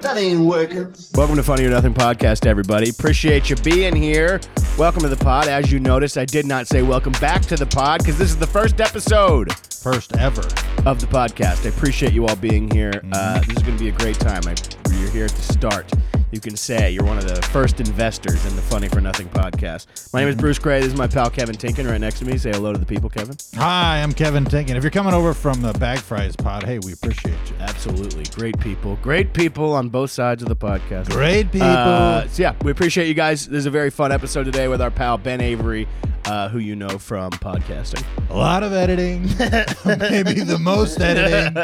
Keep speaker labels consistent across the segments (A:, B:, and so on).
A: That ain't working.
B: Welcome to Funny or Nothing podcast, everybody. Appreciate you being here. Welcome to the pod. As you noticed, I did not say welcome back to the pod because this is the first episode
C: First ever.
B: of the podcast. I appreciate you all being here. Uh, this is going to be a great time. I, you're here at the start. You can say you're one of the first investors in the Funny for Nothing podcast. My name is Bruce Gray. This is my pal Kevin Tinkin right next to me. Say hello to the people, Kevin.
C: Hi, I'm Kevin Tinkin. If you're coming over from the Bag Fries pod, hey, we appreciate you.
B: Absolutely. Great people. Great people on both sides of the podcast.
C: Great people.
B: Uh, so yeah, we appreciate you guys. There's a very fun episode today with our pal Ben Avery, uh, who you know from podcasting.
C: a lot of editing. Maybe the most editing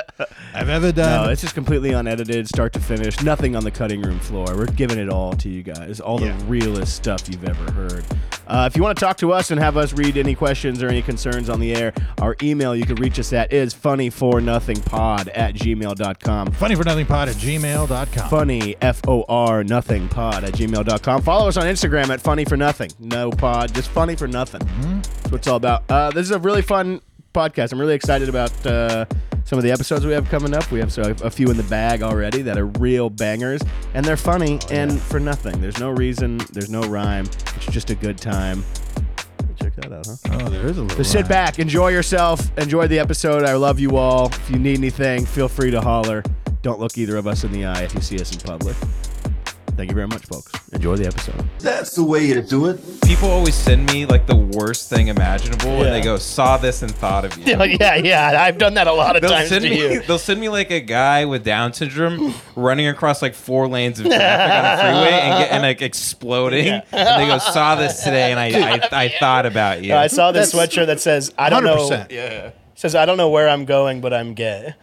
C: I've ever
B: No,
C: done.
B: Uh, it's just completely unedited, start to finish. Nothing on the cutting room floor. We're giving it all to you guys, all
C: Yeah.
B: the realest stuff you've ever heard. Uh, if you want to talk to us and have us read any questions or any concerns on the air, our email you can reach us at is funnyfornothingpod at gmail.com.
C: Funny for nothing pod at gmail.com.
B: funny f-o-r nothing pod at gmail.com follow us on instagram at funny for nothing no pod just funny for nothing that's what it's all about uh, this is a really fun podcast i'm really excited about uh, some of the episodes we have coming up we have so a few in the bag already that are real bangers and they're funny and for nothing there's no reason there's no rhyme it's just a good time check that out huh
C: Oh, there is a little.
B: so sit
C: line.
B: back, enjoy yourself, enjoy the episode. I love you all. If you need anything, feel free to holler. Don't look either of us in the eye if you see us in public. Thank you very much, folks. Enjoy the episode.
A: That's the way to do it.
D: people always send me like the worst thing imaginable and they go saw this and thought of you
E: yeah, yeah. I've done that a lot of
D: they'll
E: times
D: send
E: to
D: me
E: you.
D: they'll send me like a guy with down syndrome running across like four lanes of traffic on a freeway and, get, and like exploding and they go saw this today and i i, I thought about you
E: I saw this sweatshirt that says I don't know
C: 100%.
E: says I don't know where I'm going, but I'm gay.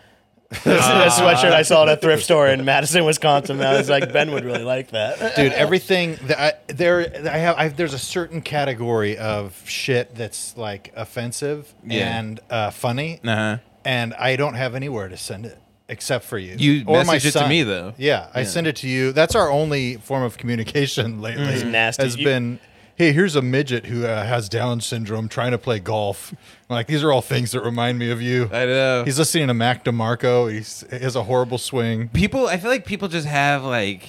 E: this is a sweatshirt I saw at a thrift store in Madison, Wisconsin. And I was like, Ben would really like that.
C: Dude, everything that I, there, I have, I, there's a certain category of shit that's like offensive
D: Yeah.
C: and uh, funny,
D: uh-huh.
C: and I don't have anywhere to send it except for you.
D: You
C: or my
D: message it to
C: son.
D: me, though.
C: Yeah, I send it to you. That's our only form of communication lately.
E: nasty.
C: Has
E: You-
C: been. Hey, here's a midget who uh, has Down syndrome trying to play golf. Like these are all things that remind me of you.
D: i know
C: He's listening to Mac DeMarco. He's, he has a horrible swing.
D: people i feel like people just have like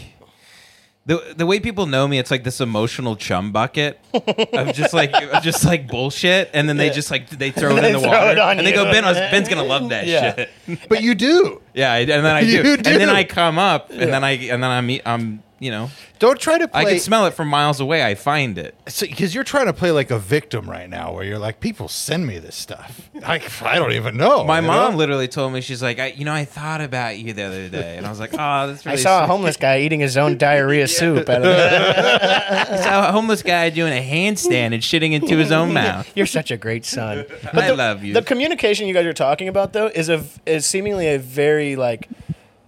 D: the, the way people know me, it's like this emotional chum bucket of just like of just like bullshit, and then they just like they throw it in the
E: throw
D: water,
E: it on
D: and they
E: you.
D: go, "Ben, I was- Ben's gonna love that
E: Yeah.
D: shit."
C: But you do.
D: Yeah, I- and then I do.
C: You
D: and then
C: do.
D: I come up, and then I and then I'm I'm you know
C: Don't try to play.
D: I can smell it from miles away. I find it.
C: because you're trying to play like a victim right now, where you're like, people send me this stuff. I, I don't even know.
D: My
C: you
D: mom
C: know?
D: literally told me she's like, I, you know, I thought about you the other day, and I was like, oh, that's
E: I
D: really.
E: saw a
D: sweet."
E: homeless guy eating his own diarrhea soup. Out of the-
D: I saw a homeless guy doing a handstand and shitting into his own mouth.
E: You're such a great son.
D: I love you.
E: The communication you guys are talking about though is a is seemingly a very like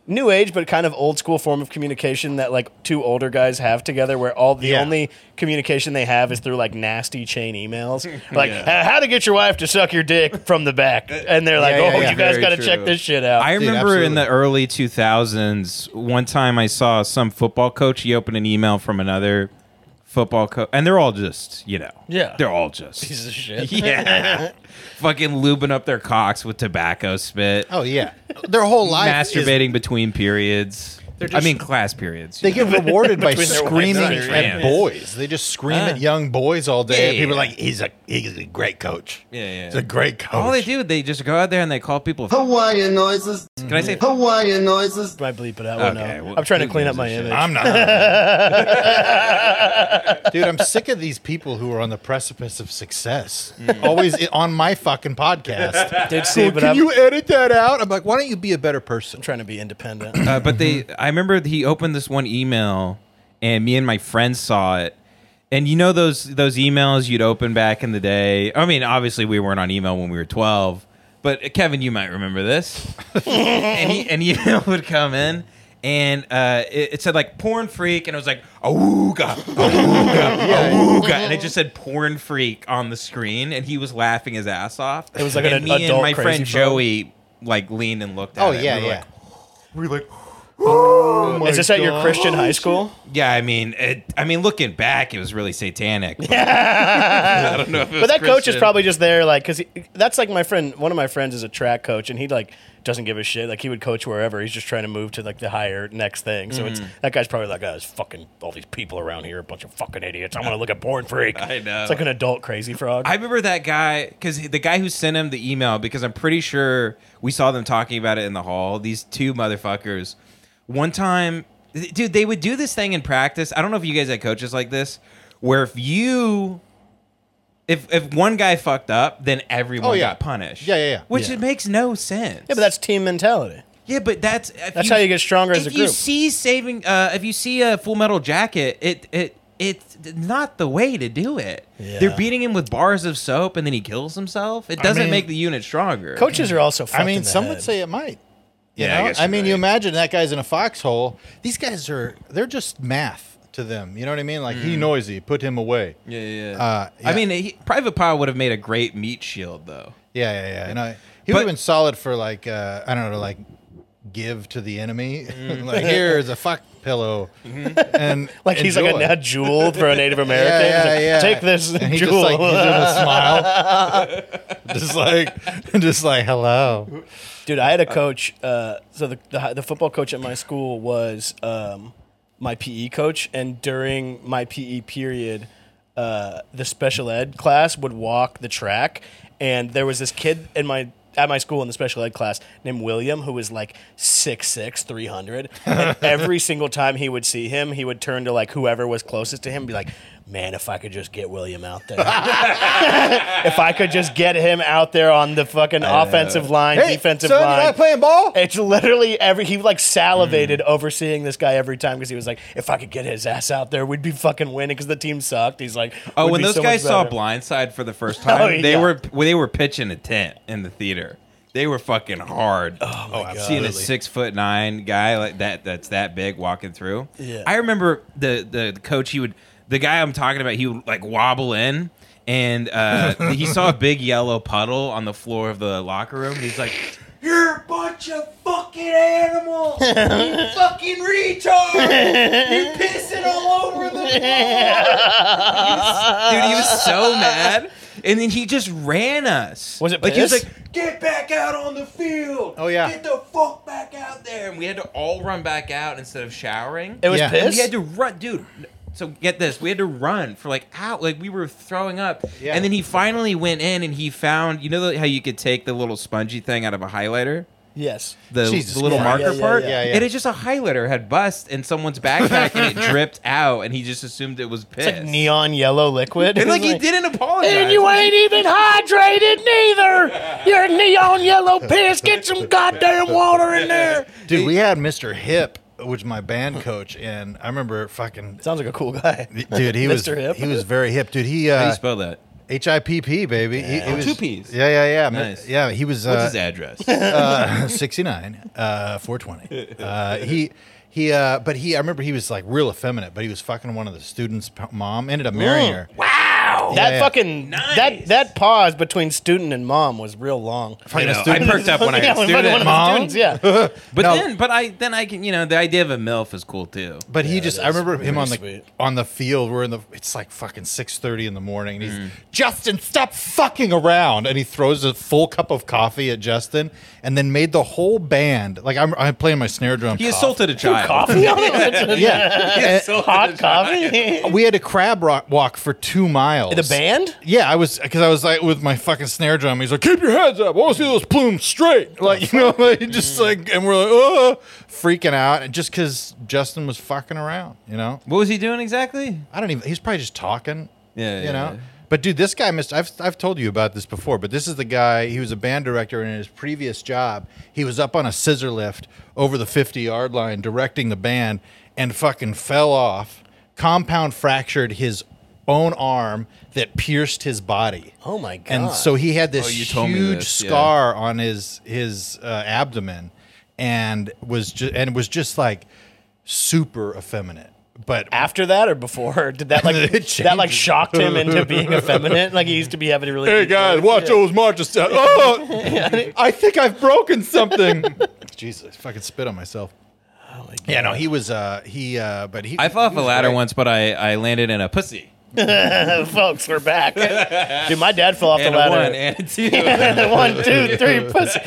E: new age but kind of old school form of communication that like two older guys have together where all the
C: Yeah.
E: only communication they have is through like nasty chain emails like "H- how to get your wife to suck your dick from the back and they're like
C: Yeah, yeah,
E: oh
C: yeah.
E: you guys
D: Very
E: got to
D: true.
E: check this shit out
D: I
C: Dude,
D: remember in
C: absolutely.
D: the early 2000s, one time I saw some football coach. He opened an email from another football coach, and they're all just, you know,
E: Yeah.
D: they're all just
E: pieces of shit
D: yeah, fucking lubing up their cocks with tobacco spit,
C: Oh yeah, their whole life. is-
D: masturbating between periods. I
C: just-
D: mean, class periods.
C: They
D: you know.
C: get rewarded by
E: Between their wives
C: screaming
E: and
C: at
E: their
D: kids.
C: boys. They just scream
D: Ah.
C: at young boys all day. and
D: Yeah,
C: people are
D: yeah.
C: like, he's a he's a great coach.
D: Yeah, yeah.
C: He's a great coach.
D: all they do, they just go out there and they call people.
C: Oh,
D: Can
A: Hawaiian noises.
D: I say?
A: Hawaiian noises.
E: I bleep it out.
D: Okay,
E: no.
D: well,
E: I'm trying to
D: who
E: clean up
D: gives
E: my
D: a
E: image.
D: shit?
C: I'm not. Dude, I'm sick of these people who are on the precipice of success.
D: Mm.
C: Always i- on my fucking podcast.
E: Did see,
C: Well,
E: but
C: Can
E: I'm
C: you edit that out? I'm like, why don't you be a better person?
E: trying to be independent.
D: Uh, but they, I remember he opened this one email, and me and my friends saw it. And you know those those emails you'd open back in the day. I mean, obviously we weren't on email when we were twelve, but uh, Kevin, you might remember this. and he, an email would come in, and uh, it, it said like porn freak, and it was like awooga, awooga, awooga, and it just said porn freak on the screen, and he was laughing his ass off. It
E: was like an
D: and me and
E: adult
D: my
E: crazy
D: friend
E: bone.
D: Joey like leaned and looked at
C: Oh
D: it.
C: yeah,
D: We were like,
C: yeah. We're like,
E: Is this at your Christian
D: Oh,
E: high school?
D: Yeah, I mean, it, I mean, looking back, it was really satanic. but- I don't know. If it was
E: But that coach is
D: Christian.
E: probably just there, like, because that's like my friend. One of my friends is a track coach, and he like doesn't give a shit. Like he would coach wherever. He's just trying to move to like the higher next thing. So
D: Mm-hmm.
E: it's that guy's probably like, oh, it's fucking all these people around here, are a bunch of fucking idiots. I'm gonna look at Born Freak.
D: I know.
E: It's like an adult crazy frog.
D: I remember that guy because the guy who sent him the email because I'm pretty sure we saw them talking about it in the hall. These two motherfuckers. One time, th- dude, they would do this thing in practice. I don't know if you guys had coaches like this, where if you, if if one guy fucked up, then everyone
C: Oh, yeah.
D: got punished.
C: Yeah, yeah, yeah.
D: Which it makes no sense.
E: yeah, but that's team mentality.
D: yeah, but that's if
E: That's how you get stronger as
D: if
E: a group.
D: you see saving, uh, if you see a Full Metal Jacket, it it it's not the way to do it. They're beating him with bars of soap, and then he kills himself. It doesn't
C: mean-
D: make the unit stronger.
E: Coaches are also. Fucked
C: I mean,
E: in the
C: some
E: head.
C: would say it might. You
D: Yeah, I
C: know?
D: guess
C: I,
D: you're
C: mean, you
D: right.
C: imagine that guy's in a foxhole. These guys are, they're just math to them. You know what I mean? Like, he noisy, put him away. Yeah,
D: Mm. yeah, yeah.
C: Uh,
D: I
C: yeah.
D: mean, he, Private Pile would have made a great meat shield, though.
C: yeah, yeah. And I, he would
D: But-
C: have been solid for, like, uh, I don't know, like, give to the enemy.
D: Mm.
C: like, here's a fuck pillow.
D: Mm-hmm.
C: And
E: Like he's like a,
C: enjoy.
E: a jewel for a Native American. He's
C: Yeah, yeah,
E: like,
C: yeah.
E: Take this
C: And he just
E: jewel.
C: like he's doing a smile, just like, just like hello.
E: Dude, I had a coach. Uh, so the, the the football coach at my school was um, my PE coach, and during my PE period, uh, the special ed class would walk the track, and there was this kid in my at my school in the special ed class named William who was like 6'6", 300. and every single time he would see him, he would turn to like whoever was closest to him and be like, "Man, if I could just get William out there." if I could just get him out there on the fucking offensive line, defensive
C: son,
E: line.
C: you're not playing ball.
E: it's literally every he like salivated
D: Mm.
E: over seeing this guy every time because he was like, if I could get his ass out there, we'd be fucking winning because the team sucked. He's like,
D: Oh,
E: "We'd
D: when
E: be
D: those
E: so much
D: guys saw
E: better." Oh,
D: Blindside for the first time, they
E: yeah.
D: were well, they were pitching a tent in the theater. They were fucking hard. Oh, seeing a six foot nine guy like that that's that big walking through.
E: Yeah.
D: I remember the, the the coach. He would the guy I'm talking about. He would like wobble in. And uh, he saw a big yellow puddle on the floor of the locker room. He's like, "You're a bunch of fucking animals! You fucking retards! You're pissing all over the dude. He was so mad, and then he just ran us.
E: Was it
D: like he was
E: piss?
D: like, "Get back out on the field!
C: Oh, yeah.
D: get the fuck back out there!" And we had to all run back out instead of showering.
E: It was
C: Yeah.
D: And we
E: piss.
D: had to run, dude. So get this, we had to run for like out, like we were throwing up,
C: Yeah.
D: and then he finally went in and he found, you know, how you could take the little spongy thing out of a highlighter
E: yes.
D: the,
C: Jesus
D: the little
C: Christ.
D: marker
E: Yeah, yeah,
D: part.
C: yeah. Yeah, yeah.
D: And it's just a highlighter had bust in someone's backpack and it dripped out, and he just assumed it was piss.
E: It's like neon yellow liquid.
D: And like he didn't apologize.
E: ain't even hydrated neither. You're neon yellow piss. Get some goddamn water in there.
C: Dude, we had Mr. Hip, which is my band coach, and I remember fucking
E: Sounds like a cool guy.
C: dude. He was
E: Mr. Hip.
C: he was very hip, dude. He
D: How do you
C: uh,
D: spell that?
C: H I P P baby. He, he
D: Oh,
C: was,
D: two Ps.
C: Yeah, yeah, yeah.
D: Nice.
C: Yeah, he was.
D: What's
C: Uh,
D: his address?
C: uh, 69 uh, 420 uh, he he uh, but he i remember he was like real effeminate but he was fucking one of the students p- mom ended up marrying her
E: Oh, Wow. That
C: Yeah, yeah.
E: fucking
D: Nice.
E: that that pause between student and mom was real long.
D: I,
C: Fucking a
D: know, I
C: student.
D: perked up when I
E: yeah,
D: yeah,
E: when
D: student.
E: fucking one of the
D: Mom.
E: students, yeah.
D: But
C: No.
D: then, but I then I can you know the idea of a milf is cool too.
C: but he just i
E: that's
C: remember him
E: pretty
C: on the
E: sweet.
C: on the field we're in the it's like fucking 6.30 in the morning and he's
E: Mm.
C: justin stop fucking around and he throws a full cup of coffee at justin and then made the whole band like i'm, I'm playing my snare drum
D: He
C: cough.
D: assaulted a child.
E: coffee on it.
C: yeah
E: hot coffee.
C: we had a crab rock walk for two miles
E: the band?
C: Yeah, I was because I was like with my fucking snare drum. He's like, "Keep your heads up. I want to see those plumes straight." Like you know, like just like, and we're like, "Oh," freaking out, and just because Justin was fucking around, you know.
D: What was he doing exactly?
C: I don't even. He's probably just talking.
D: Yeah,
C: you
D: yeah,
C: know.
D: yeah.
C: But dude, this guy missed. I've I've told you about this before, but this is the guy. He was a band director, and in his previous job, he was up on a scissor lift over the fifty yard line directing the band, and fucking fell off. Compound fractured his own arm that pierced his body.
E: Oh my god.
C: And so he had this
D: Oh, you told me
C: huge
D: this, yeah.
C: scar on his his uh, abdomen, and was just and was just like super effeminate. But
E: after that or before? Did that like
C: It
E: that like
C: changed.
E: shocked him into being effeminate? Like he used to be having a really
C: Hey
E: deep
C: guys,
E: voice.
C: watch those marches. sta- Oh, I think I've broken something. Jesus, I fucking spit on myself.
E: Oh my God.
C: Yeah, no, he was. uh He, uh but he.
D: I fell off
C: he
D: a
C: was
D: ladder
C: great.
D: once, but I I landed in a pussy.
E: Folks, we're back. Dude, my dad fell off
D: and a
E: the ladder.
D: one and a two.
E: one, two, three, pussy.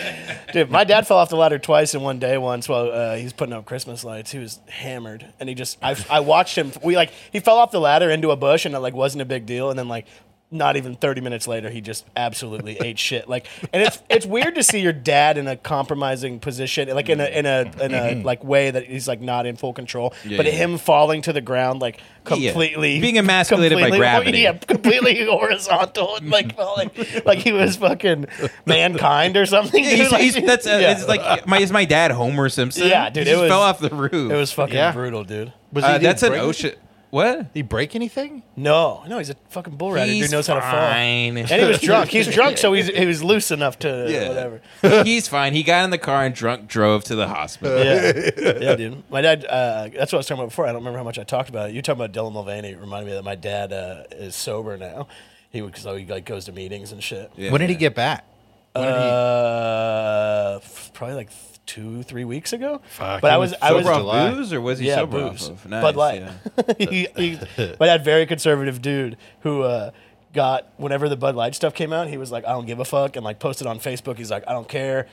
E: Dude, my dad fell off the ladder twice in one day. Once while uh, he was putting up Christmas lights, he was hammered, and he just I, I watched him. We like he fell off the ladder into a bush, and it like wasn't a big deal. And then like not even thirty minutes later, he just absolutely ate shit. Like, and it's it's weird to see your dad in a compromising position, like in a in a in a like way that he's like not in full control. but
D: Mm-hmm. yeah.
E: him falling to the ground like
D: Yeah.
E: completely
D: Being emasculated by
E: completely-
D: gravity.
E: Yeah, completely horizontal and like falling, like he was fucking mankind or something. dude.
D: He's,
E: like,
D: he's, that's uh,
E: yeah.
D: it's like my is my dad Homer Simpson?
E: Yeah, dude,
D: He
E: it
D: just
E: was-
D: fell off the roof.
E: it was fucking
C: Yeah.
E: brutal, dude.
C: Was
D: Uh,
C: did he
D: that's an
C: break-
D: ocean. What?
C: Did he break anything?
E: No, no, he's a fucking bull rider.
D: He's
E: dude knows how to fall.
D: fine.
E: And he was drunk. He's drunk, so he's he was loose enough to
D: Yeah.
E: whatever.
D: He's fine. He got in the car and drunk drove to the hospital.
E: Yeah, yeah, dude. My dad. Uh, that's what I was talking about before. I don't remember how much I talked about it. You talking about Dylan Mulvaney? It reminded me that my dad uh, is sober now. He would because he like goes to meetings and shit.
D: Yeah.
C: when did he get back? When did he-
E: Uh, f- probably like th- two, three weeks ago.
C: Fuck,
E: but
C: he
E: I
C: was
E: was, I
C: sober
E: was
C: off July.
D: booze or was he
E: yeah,
D: sober
E: booze.
D: off of? Nice,
E: Bud Light.
D: yeah.
E: he, he, but that very conservative dude who uh, got whenever the Bud Light stuff came out, he was like, "I don't give a fuck," and like posted on Facebook. He's like, "I don't care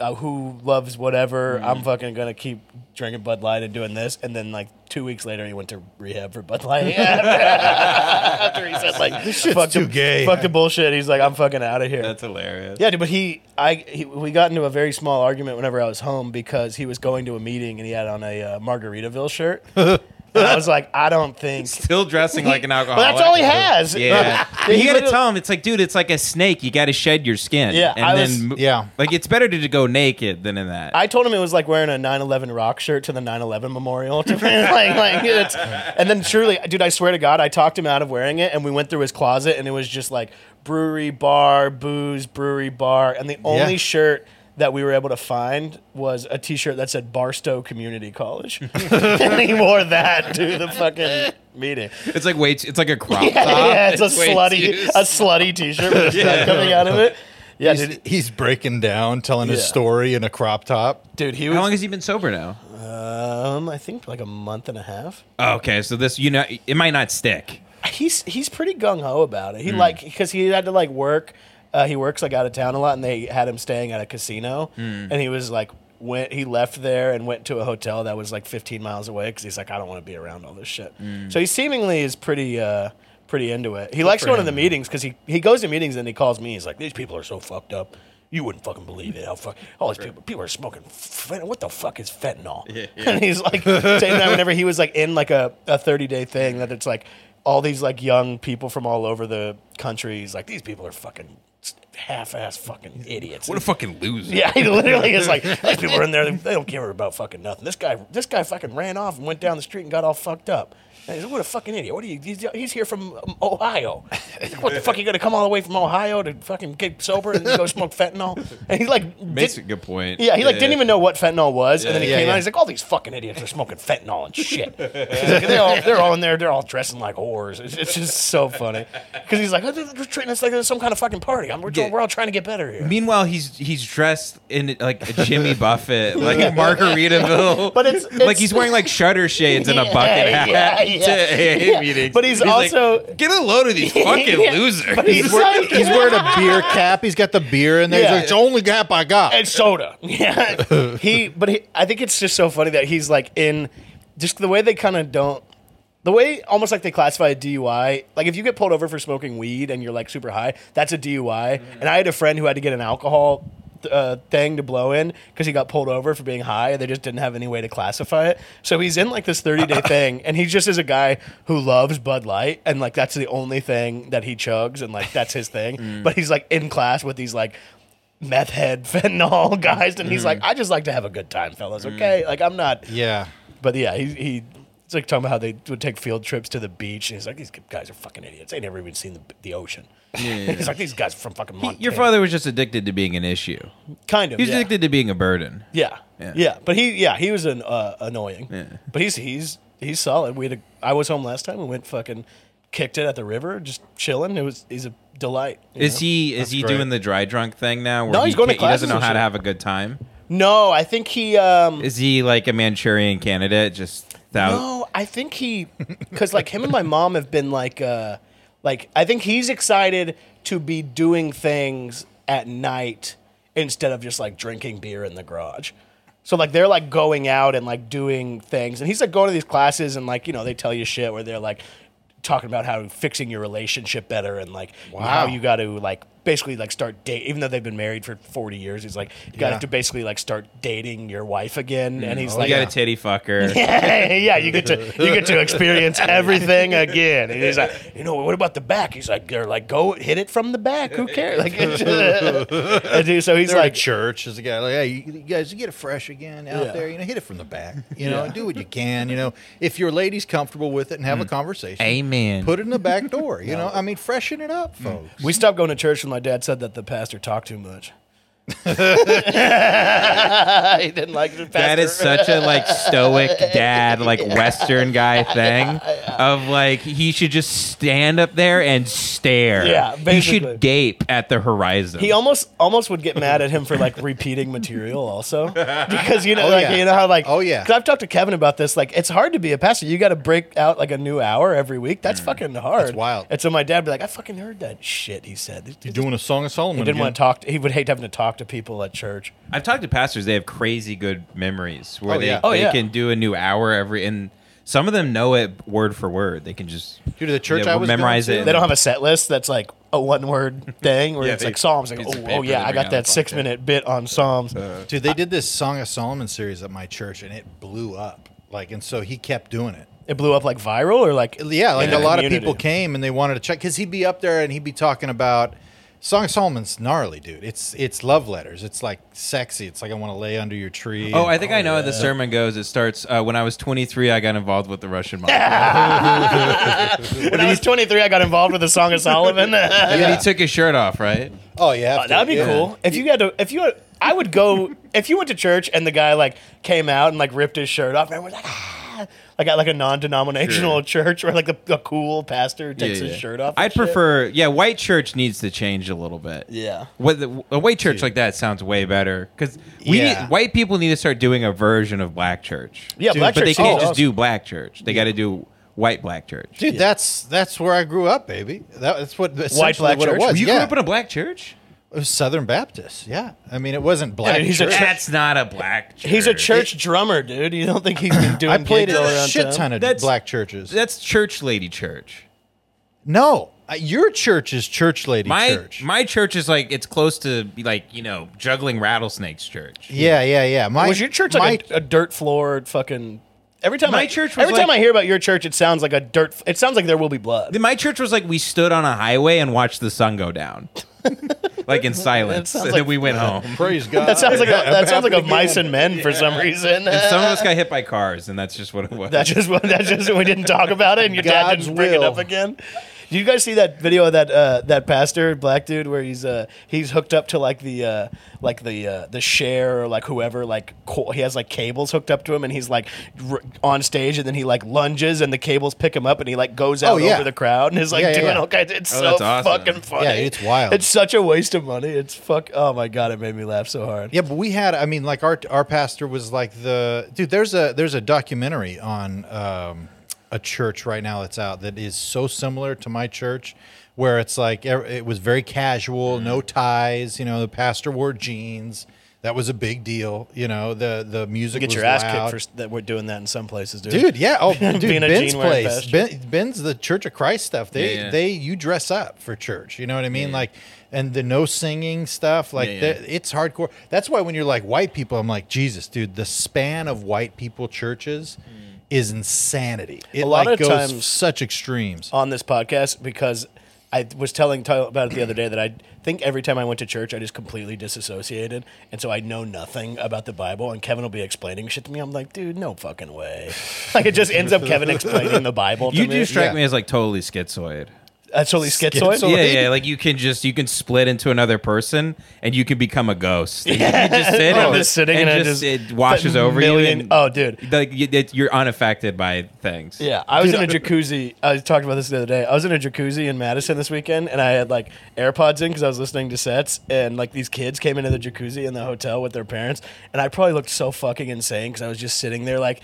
E: uh, who loves whatever. I'm fucking gonna keep drinking Bud Light and doing this." And then like two weeks later, he went to rehab for Bud Light. After he said like, "This shit's fuck
C: too
E: the,
C: gay."
E: Fuck the bullshit. He's like, "I'm fucking out of here."
D: That's hilarious.
E: Yeah, dude, but he, I, he, we got into a very small argument whenever I was home because he was going to a meeting and he had on a uh, Margaritaville shirt. and I was like, I don't think.
D: Still dressing like an alcoholic.
E: Well, that's all he has.
D: Yeah,
E: He
D: you gotta
E: literally-
D: tell him it's like, dude, it's like a snake. You gotta shed your skin.
E: Yeah,
D: and
E: I
D: then
E: was-
D: mo-
C: Yeah.
D: like it's better to, to go naked than in that.
E: I told him it was like wearing a 9/11 rock shirt to the 9/11 memorial. To like, like it's, and then surely, dude, I swear to God, I talked him out of wearing it, and we went through his closet, and it was just like brewery bar, booze, brewery bar, and the only shirt that we were able to find was a T-shirt that said Barstow Community College, and he wore that to the fucking meeting.
D: it's like wait, it's like a crop top.
E: yeah, it's a
D: way
E: slutty,
D: too-
E: a slutty T-shirt with a stud coming out of it. Yeah,
C: He's,
E: dude,
C: he's breaking down, telling his
E: Yeah.
C: story in a crop top.
E: dude, he
D: How long
E: was.
D: has he been sober now?
E: Um, I think like a month and a half.
D: Okay, so this you know it might not stick.
E: he's he's pretty gung ho about it. He like because he had to like work. Uh, he works like out of town a lot, and they had him staying at a casino, and he was like went he left there and went to a hotel that was like 15 miles away because he's like I don't want to be around all this shit. So he seemingly is pretty. Uh, Pretty into it. He likes going to the meetings because he, he goes to meetings and he calls me. He's like, "These people are so fucked up, you wouldn't fucking believe it. How fuck all these people people are smoking fentanyl. What the fuck is fentanyl?" and he's like saying that whenever he was like in like a a thirty day thing that it's like all these like young people from all over the country. He's like, these people are fucking half ass fucking idiots.
D: What a fucking loser.
E: yeah, he literally is like, these people are in there. They don't care about fucking nothing. This guy, this guy fucking ran off and went down the street and got all fucked up. And he's like, what a fucking idiot. What are you? He's, he's here from um, Ohio. What the fuck? You gonna come all the way from Ohio to fucking get sober and go smoke fentanyl? And he like
D: Makes
E: did-
D: a good point.
E: yeah, he like didn't even know what fentanyl was, and then he
C: Yeah,
E: came
C: yeah.
E: out. He's like, "All these fucking idiots are smoking fentanyl and shit. He's like, they're all they're all in there. They're all dressing like whores. It's, it's just so funny because he's like, oh, they're they're treating us like it's some kind of fucking party. I'm, we're,
D: Yeah.
E: we're all trying to get better here.
D: Meanwhile, he's he's dressed in like a Jimmy Buffett, like a Margaritaville.
E: But it's-
D: like
E: it's-
D: he's wearing like shutter shades and a
E: Yeah,
D: bucket hat
E: yeah, yeah.
D: to AA
E: Yeah,
D: meetings.
E: but he's
D: like,
E: also-
D: get a load of these fucking
E: Yeah,
D: losers.
E: but he's like,
C: He's wearing a beer cap. He's got the beer in there. He's
E: Yeah.
C: like, it's the only cap I got.
E: and soda. Yeah, he. But he, I think it's just so funny that he's like in just the way they kind of don't. The way almost like they classify a DUI, like if you get pulled over for smoking weed and you're like super high, that's a DUI. And I had a friend who had to get an alcohol uh, thing to blow in because he got pulled over for being high. and They just didn't have any way to classify it. So he's in like this 30 day thing, and he just is a guy who loves Bud Light, and like that's the only thing that he chugs, and like that's his thing. But he's like in class with these like meth head fentanyl guys and he's like i just like to have a good time fellas okay like i'm not
C: yeah.
E: but yeah he, he it's like talking about how they would take field trips to the beach and he's like these guys are fucking idiots they never even seen the, the ocean he's like these guys are from fucking Montana.
D: Your father was just addicted to being an issue.
E: kind of
D: He was
E: yeah.
D: addicted to being a burden.
E: yeah.
D: Yeah.
E: yeah but he yeah he was an uh, annoying but he's he's he's solid we had a, i was home last time and went fucking kicked it at the river just chilling it was he's a delight you
D: Is
E: know?
D: he is he
C: great.
D: doing the dry drunk thing now? Where
E: No,
D: he
E: he's going to
D: can't- He doesn't
E: classes
D: know
E: and
D: how to
E: shit.
D: have a good time.
E: No, I think he. Um,
D: Is he like a Manchurian candidate? Just thou-
E: no, I think he, because like him and my mom have been like, uh, like I think he's excited to be doing things at night instead of just like drinking beer in the garage. So like they're like going out and like doing things, and he's like going to these classes and like you know they tell you shit where they're like talking about how fixing your relationship better and like how you got to like basically like start date even though they've been married for 40 years he's like you got
C: Yeah.
E: to basically like start dating your wife again and he's
D: Oh, You
E: like
D: got a titty fucker.
E: yeah, you get to you get to experience everything again. And he's like, you know, what about the back? He's like, they're like, go hit it from the back. Who cares? Like, and dude, so he's
C: They're
E: like,
C: at a church. There's a guy like, hey, you, you guys, you get it fresh again out
E: Yeah.
C: there. You know, hit it from the back. You know, do what you can. You know, if your lady's comfortable with it and have
E: Mm.
C: a conversation,
D: Amen.
C: put it in the back door. You know, I mean, freshen it up, folks.
E: Mm. we stopped going to church when my dad said that the pastor talked too much. he didn't like the pastor.
D: that is such a like stoic dad, like Western guy thing of like he should just stand up there and stare.
E: Yeah,
D: he
E: basically.
D: should gape at the horizon.
E: he almost almost would get mad at him for like repeating material also because you know
C: Oh,
E: like
C: yeah.
E: you know how like
C: Oh, yeah.
E: 'cause I've talked to Kevin about this like it's hard to be a pastor you got to break out like a new hour every week that's fucking hard
C: Mm. That's wild.
E: and so my dad would be like I fucking heard that shit he said he
C: You're doing a song of Solomon.
E: didn't
C: again.
E: want to talk to, he would hate having to talk to people at church
D: I've talked to pastors; they have crazy good memories where
C: Oh,
D: they,
C: yeah.
E: Oh,
D: they
E: yeah.
D: can do a new hour every, and some of them know it word for word. They can just
C: Dude, the church
D: Yeah,
C: I was
D: memorize
C: going
D: it.
C: to,
E: they don't have a set list that's like a one word thing where
D: Yeah,
E: it's
D: they-
E: like Psalms like
D: piece of
E: oh,
D: paper
E: oh
D: they
E: yeah I
D: bring
E: got
D: out
E: that
D: the book,
E: six
D: yeah.
E: minute bit on Psalms
D: Uh,
C: Dude, they did this Song of Solomon series at my church, and it blew up. Like, and so he kept doing it.
E: it blew up like viral or like
C: Yeah, like
E: in
C: a
E: the
C: lot
E: community?
C: of people came and they wanted to check because he'd be up there and he'd be talking about Song of Solomon's gnarly, dude. It's it's love letters. It's like sexy. It's like I want to lay under your tree.
D: Oh,
C: And-
D: I think I know how the sermon goes. It starts uh, when I was 23. I got involved with the Russian mob.
E: when I was 23 I got involved with the Song of Solomon
D: And he took his shirt off, right?
C: oh yeah,
E: Uh, that'd be cool. If you got to, if you, had, I would go. if you went to church and the guy like came out and like ripped his shirt off, and everyone's like, ah, like at like a non-denominational church where like the, the cool pastor takes
D: Yeah,
E: his
D: yeah.
E: shirt off. and
D: I'd
E: shit.
D: prefer, yeah, white church needs to change a little bit.
E: Yeah.
D: What the, a white church like that sounds way better because we
C: Yeah.
D: need, white people need to start doing a version of black church.
E: Yeah, black
D: but
E: church
D: they can't
E: sounds
D: just
E: awesome.
D: do black church. They got to do white black church.
C: Dude, that's that's where I grew up, baby. That, that's what
E: White
C: white
E: black
C: black what
E: church?
C: It was.
D: you
C: yeah.
D: grew up in a black church?
C: it was Southern Baptist. Yeah, I mean it wasn't black.
E: he's a
C: church.
E: church-
D: That's not a black church.
E: He's a church drummer, dude. You don't think he's been doing?
C: I played
E: gigs
C: in
E: all
C: a
E: around
C: shit
E: town?
C: ton of
D: That's-
C: black churches.
D: That's church lady church.
C: no, uh, your church is church lady
D: My
C: church.
D: my church is like it's close to like you know juggling rattlesnakes church.
C: yeah, yeah, yeah. My
E: Was your church like a, a dirt floor fucking? Every time
D: My
E: I,
D: church was
E: every time
D: like-
E: I hear about your church, it sounds like a dirt. It sounds like there will be blood.
D: Then My church was like we stood on a highway and watched the sun go down, like in silence,
E: sounds
D: and
E: like-
D: then we went home.
C: praise God.
E: That sounds like a, that sounds like a mice and men for some reason.
D: And some of us
E: Uh,
D: got hit by cars, and that's just what it was.
E: That just that just we didn't talk about it, and your dad
C: God's
E: didn't bring it
C: will.
E: up again. Do you guys see that video of that uh, that pastor black dude where he's uh, he's hooked up to like the uh, like the uh, the share or like whoever like co- he has like cables hooked up to him and he's like r- on stage and then he like lunges and the cables pick him up and he like goes out
C: Oh, yeah.
E: over the crowd and is like
C: Yeah, yeah,
E: doing
C: yeah.
E: all kinds. It's
D: Oh,
E: so
D: that's awesome.
E: fucking funny.
C: Yeah, it's wild.
E: It's such a waste of money. It's fuck. Oh my god, it made me laugh so hard.
C: Yeah, but we had. I mean, like our our pastor was like the dude. There's a there's a documentary on um, a church right now that's out that is so similar to my church, where it's like ev- it was very casual, no
E: Mm-hmm.
C: ties. You know, the pastor wore jeans. That was a big deal. You know, the the music.
E: Get
C: was
E: your ass
C: loud.
E: kicked for s- that. We're doing that in some places, dude.
C: Dude, yeah. Oh, dude,
E: Being a
C: Ben's
E: jean-wearing
C: place.
E: pastor.
C: Ben, Ben's the Church of Christ stuff. They
D: Yeah, yeah.
C: they you dress up for church. You know what I mean? Like, and the no singing stuff. Like,
D: Yeah, yeah.
C: the- it's hardcore. That's why when you're like white people, I'm like Jesus, dude. The span of white people churches
D: Mm.
C: is insanity. It
E: A lot
C: like
E: of
C: goes
E: times-
C: such extremes.
E: on this podcast because I was telling Tyler about it the other day that I think every time I went to church, I just completely disassociated. And so I know nothing about the Bible. And Kevin will be explaining shit to me. I'm like, dude, no fucking way. Like, it just ends up Kevin explaining the Bible to
D: you
E: me.
D: do strike
C: Yeah.
D: me as like totally schizoid.
E: uh, totally schizoid.
C: Schizoid?
D: yeah, yeah, like you can just you can split into another person and you can become a ghost. And You can just sit
E: Oh,
D: and,
E: just sitting
D: and
E: and I
D: just,
E: just-
D: it washes over
E: million-
D: you. And,
E: oh, dude.
D: like you- it, you're unaffected by things.
E: Yeah, I was in a jacuzzi. I talked about this the other day. I was in a jacuzzi in Madison this weekend, and I had like AirPods in because I was listening to sets, and like these kids came into the jacuzzi in the hotel with their parents, and I probably looked so fucking insane because I was just sitting there like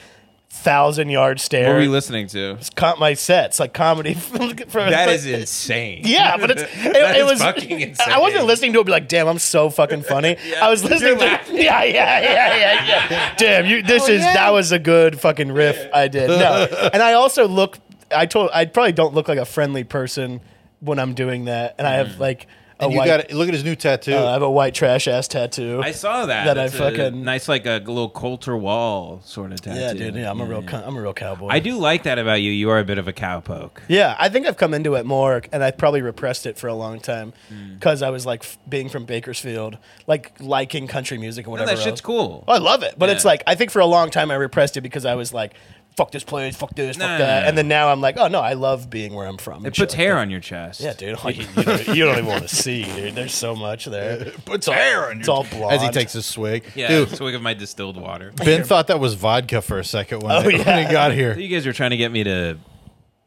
E: thousand yard
D: What were you
E: stare.
D: listening to?
E: Caught my sets like comedy. from,
D: That is insane.
E: Yeah, but it's it,
D: That
E: it
D: is
E: was
D: fucking insane.
E: I wasn't listening to it. Be like, damn, I'm so fucking funny. I was listening to yeah, yeah, yeah, yeah, yeah. Damn, you. This is that was a good fucking riff I did. No, and I also look. I told I probably don't look like a friendly person when I'm doing that, and I
D: Mm.
E: have like a
C: And you
E: white.
C: got look at his new tattoo.
E: uh, I have a white trash ass tattoo.
D: I saw that.
E: That I
D: It's a
E: fucking-
D: nice, like a little Coulter Wall sort of tattoo.
E: yeah, dude. Yeah, I'm a real. cow- I'm a real cowboy.
D: Mm. I do like that about you. You are a bit of a cowpoke.
E: Yeah, I think I've come into it more, and I probably repressed it for a long time
D: Mm.
E: because I was like f- being from Bakersfield, like liking country music and
D: No,
E: whatever.
D: that
E: else. Oh,
D: shit's cool.
E: I love it, but it's
D: Yeah.
E: like I think for a long time I repressed it because I was like, "Fuck this place, fuck this,
D: No,
E: fuck
D: no,
E: that,"
D: no,
E: and then now I'm like, "Oh no, I love being where I'm from."
D: It puts hair on your chest.
E: Yeah, dude, like, you, you don't, you don't even want to see, dude. There's so much there.
C: puts hair on your
E: It's all blonde.
C: as he takes a swig.
D: Yeah,
C: Dude,
D: swig of my distilled water.
C: Ben thought that was vodka for a second when,
E: Oh,
C: I- when
E: yeah.
C: he got here.
D: So you guys were trying to get me to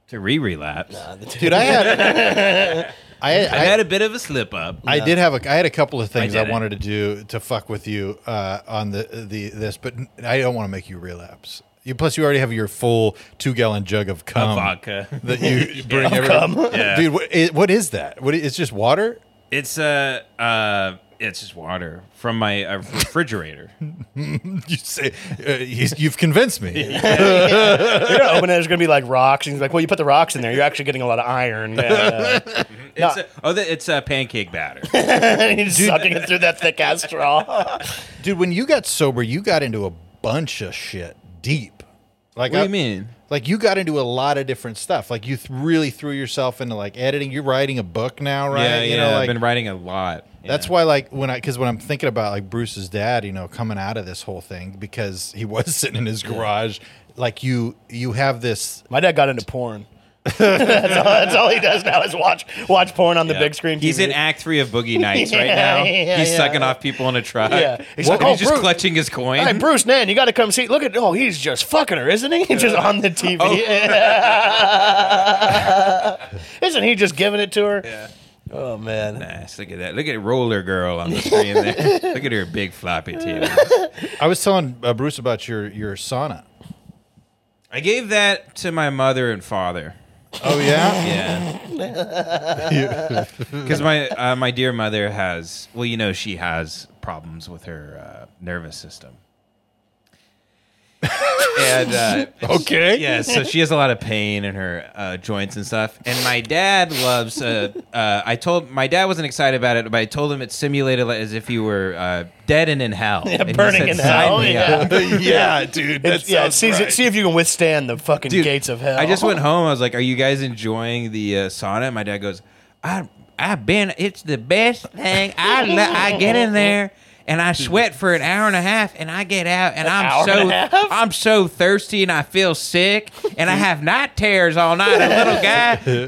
D: to re-relapse.
C: Dude, I had I had,
D: I,
C: I,
D: had a bit of a slip up.
C: I did have a I had a couple of things
D: I
C: I,
D: did it.
C: wanted to do to fuck with you uh, on the the this, but I don't want to make you relapse. You plus you already have your full two gallon jug of cum
D: vodka.
E: um,
C: that you bring. every,
D: Yeah.
C: Dude, what, it, what is that? What i- it's just water?
D: It's uh, uh, it's just water from my uh, refrigerator.
C: You say uh, you, you've convinced me.
E: You're gonna open it. There's gonna be like rocks, and he's like, "Well, you put the rocks in there. You're actually getting a lot of iron." Yeah,
D: It's a, oh, the, it's a pancake batter.
E: and you're just sucking it through that thick ass straw.
C: Dude, when you got sober, you got into a bunch of shit deep. Like
D: What do
C: I-
D: you mean?
C: Like you got into a lot of different stuff. Like you th- really threw yourself into like editing. You're writing a book now, right?
D: yeah,
C: you
D: yeah.
C: Know, like,
D: I've been writing a lot.
C: That's why, like, when I because when I'm thinking about like Bruce's dad, you know, coming out of this whole thing because he was sitting in his garage, like you, you have this.
E: My dad got into porn. that's, all, that's all he does now is watch watch porn on the big screen. TV.
D: He's in Act Three of Boogie Nights right now.
E: yeah,
D: he's
E: yeah.
D: sucking off people in a truck.
E: Yeah.
D: he's,
E: He's like,
D: he's
E: "Oh,
D: just
E: Bruce."
D: clutching his coin.
E: Hey, Bruce Nan, you got to come see. Look at oh, he's just fucking her, isn't he? just on the TV.
D: Oh.
E: isn't he just giving it to her?
D: Yeah.
E: Oh man.
D: Nice. Look at that. Look at Roller Girl on the screen there. Look at her big floppy tail.
C: I was telling uh, Bruce about your your sauna.
D: I gave that to my mother and father.
C: Oh yeah,
D: Yeah. Because my uh, my dear mother has well, you know, she has problems with her uh, nervous system. and uh,
C: okay.
D: yeah, so she has a lot of pain in her uh, joints and stuff. And my dad loves. Uh, uh, I told my dad wasn't excited about it, but I told him it simulated like- as if you were uh, dead and in hell. Yeah,
E: burning in hell, Oh, yeah."
C: yeah, dude. That
E: It's- yeah,
C: sounds
E: see,
C: right.
E: see if you can withstand the fucking
D: Dude,
E: gates of hell.
D: I just went home. I was like, "Are you guys enjoying the uh, sauna?" And my dad goes, "I I've been. It's the best thing. I lo- I get in there." And I sweat for an hour and a half, and I get out, and I'm
E: hour and a
D: so
E: half?
D: I'm so thirsty, and I feel sick, and I have night terrors all night. A little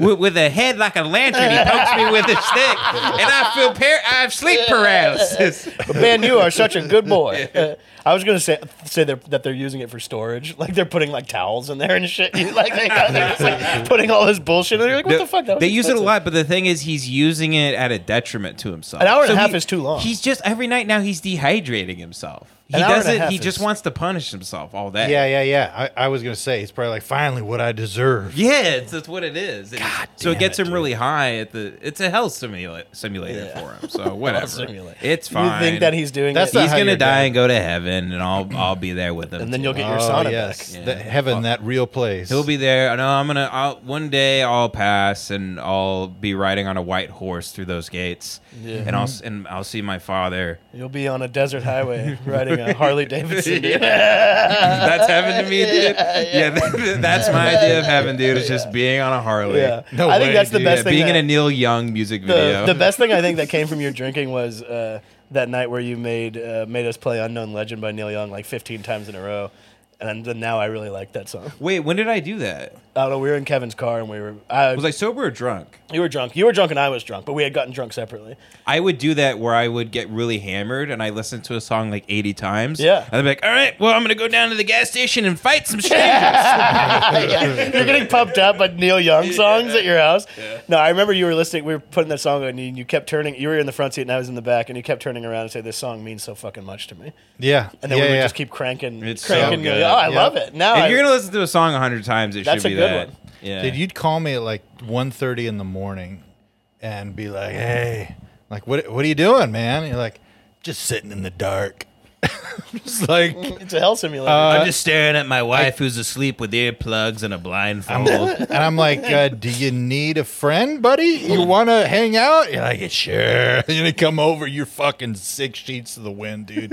D: guy with, with a head like a lantern, he pokes me with a stick, and I feel par- I have sleep paralysis.
E: But man, you are such a good boy. Uh, I was gonna say say they're, that they're using it for storage, like they're putting like towels in there and shit. You, like they, are just like putting all this bullshit. in there. You're like, what the fuck? That was
D: They use it a
E: expensive.
D: lot, but the thing is, he's using it at a detriment to himself.
E: An hour and a half is too long.
D: He's just every night now. He's dehydrating himself. He
E: An hour and
D: does
E: a
D: it.
E: half
D: He just
E: is-
D: wants to punish himself all day.
C: yeah, yeah, yeah. I, I was gonna say it's probably like finally what I deserve.
D: yeah. It's, that's what it is. And so it gets him really high at the. It's a hell simula- simulator for him. So whatever.
E: simulator.
D: it's
E: You
D: fine.
E: think that he's doing
C: That's
E: it?
C: not
D: he's
C: how
D: gonna
C: you're
D: die
C: doing.
D: and go to heaven, and I'll I'll be there with him.
E: and then you'll
D: too.
E: get your sauna back.
C: Oh, yes, That- heaven, that real place.
D: He'll be there. No, I'm gonna. I'll, one day I'll pass, and I'll be riding on a white horse through those gates, and
E: Mm-hmm.
D: I'll s- and I'll see my father.
E: You'll be on a desert highway riding a Harley Davidson. dude.
D: That's heaven to me, dude. Yeah, that's my idea of heaven, dude. It's just being on a Harley.
E: Yeah,
C: No
E: I think
C: way,
E: that's the
C: dude.
E: best
D: Yeah,
E: thing.
D: being in
E: that-
D: a Neil Young music
E: the,
D: video.
E: the best thing I think that came from your drinking was uh, that night where you made uh, made us play Unknown Legend by Neil Young like 15 times in a row. And then now I really like that song.
D: Wait, when did I do that?
E: I don't know. We were in Kevin's car and we were. I,
D: Was I sober or drunk?
E: you were drunk. You were drunk and I was drunk, but we had gotten drunk separately.
D: I would do that where I would get really hammered and I listened to a song like 80 times.
E: Yeah.
D: And I'd be like, all right, well, I'm going to go down to the gas station and fight some strangers.
E: You're getting pumped up by Neil Young songs at your house. No, I remember you were listening. We were putting that song on, and you kept turning. You were in the front seat, and I was in the back, and you kept turning around and say, "This song means so fucking much to me."
C: Yeah.
E: And then
C: yeah,
E: we would
C: yeah.
E: just keep cranking,
D: It's so
E: cranking. Neil
D: good.
E: Young. Oh, I
C: Yeah.
E: love it. Now
D: if
E: I,
D: you're going to listen to a song 100 times, it
E: That's
D: should
E: a
D: be
E: good
D: that.
E: one.
D: Yeah.
C: Dude, you'd call me at like 1.30 in the morning and be like, hey, like, what, what are you doing, man? And you're like, just sitting in the dark. just like,
E: it's a hell simulator.
D: I'm just staring at my wife who's asleep with earplugs and a blindfold.
C: and I'm like, uh, do you need a friend, buddy? You want to hang out? You're like, sure. And you come over, you're fucking six sheets to the wind, dude.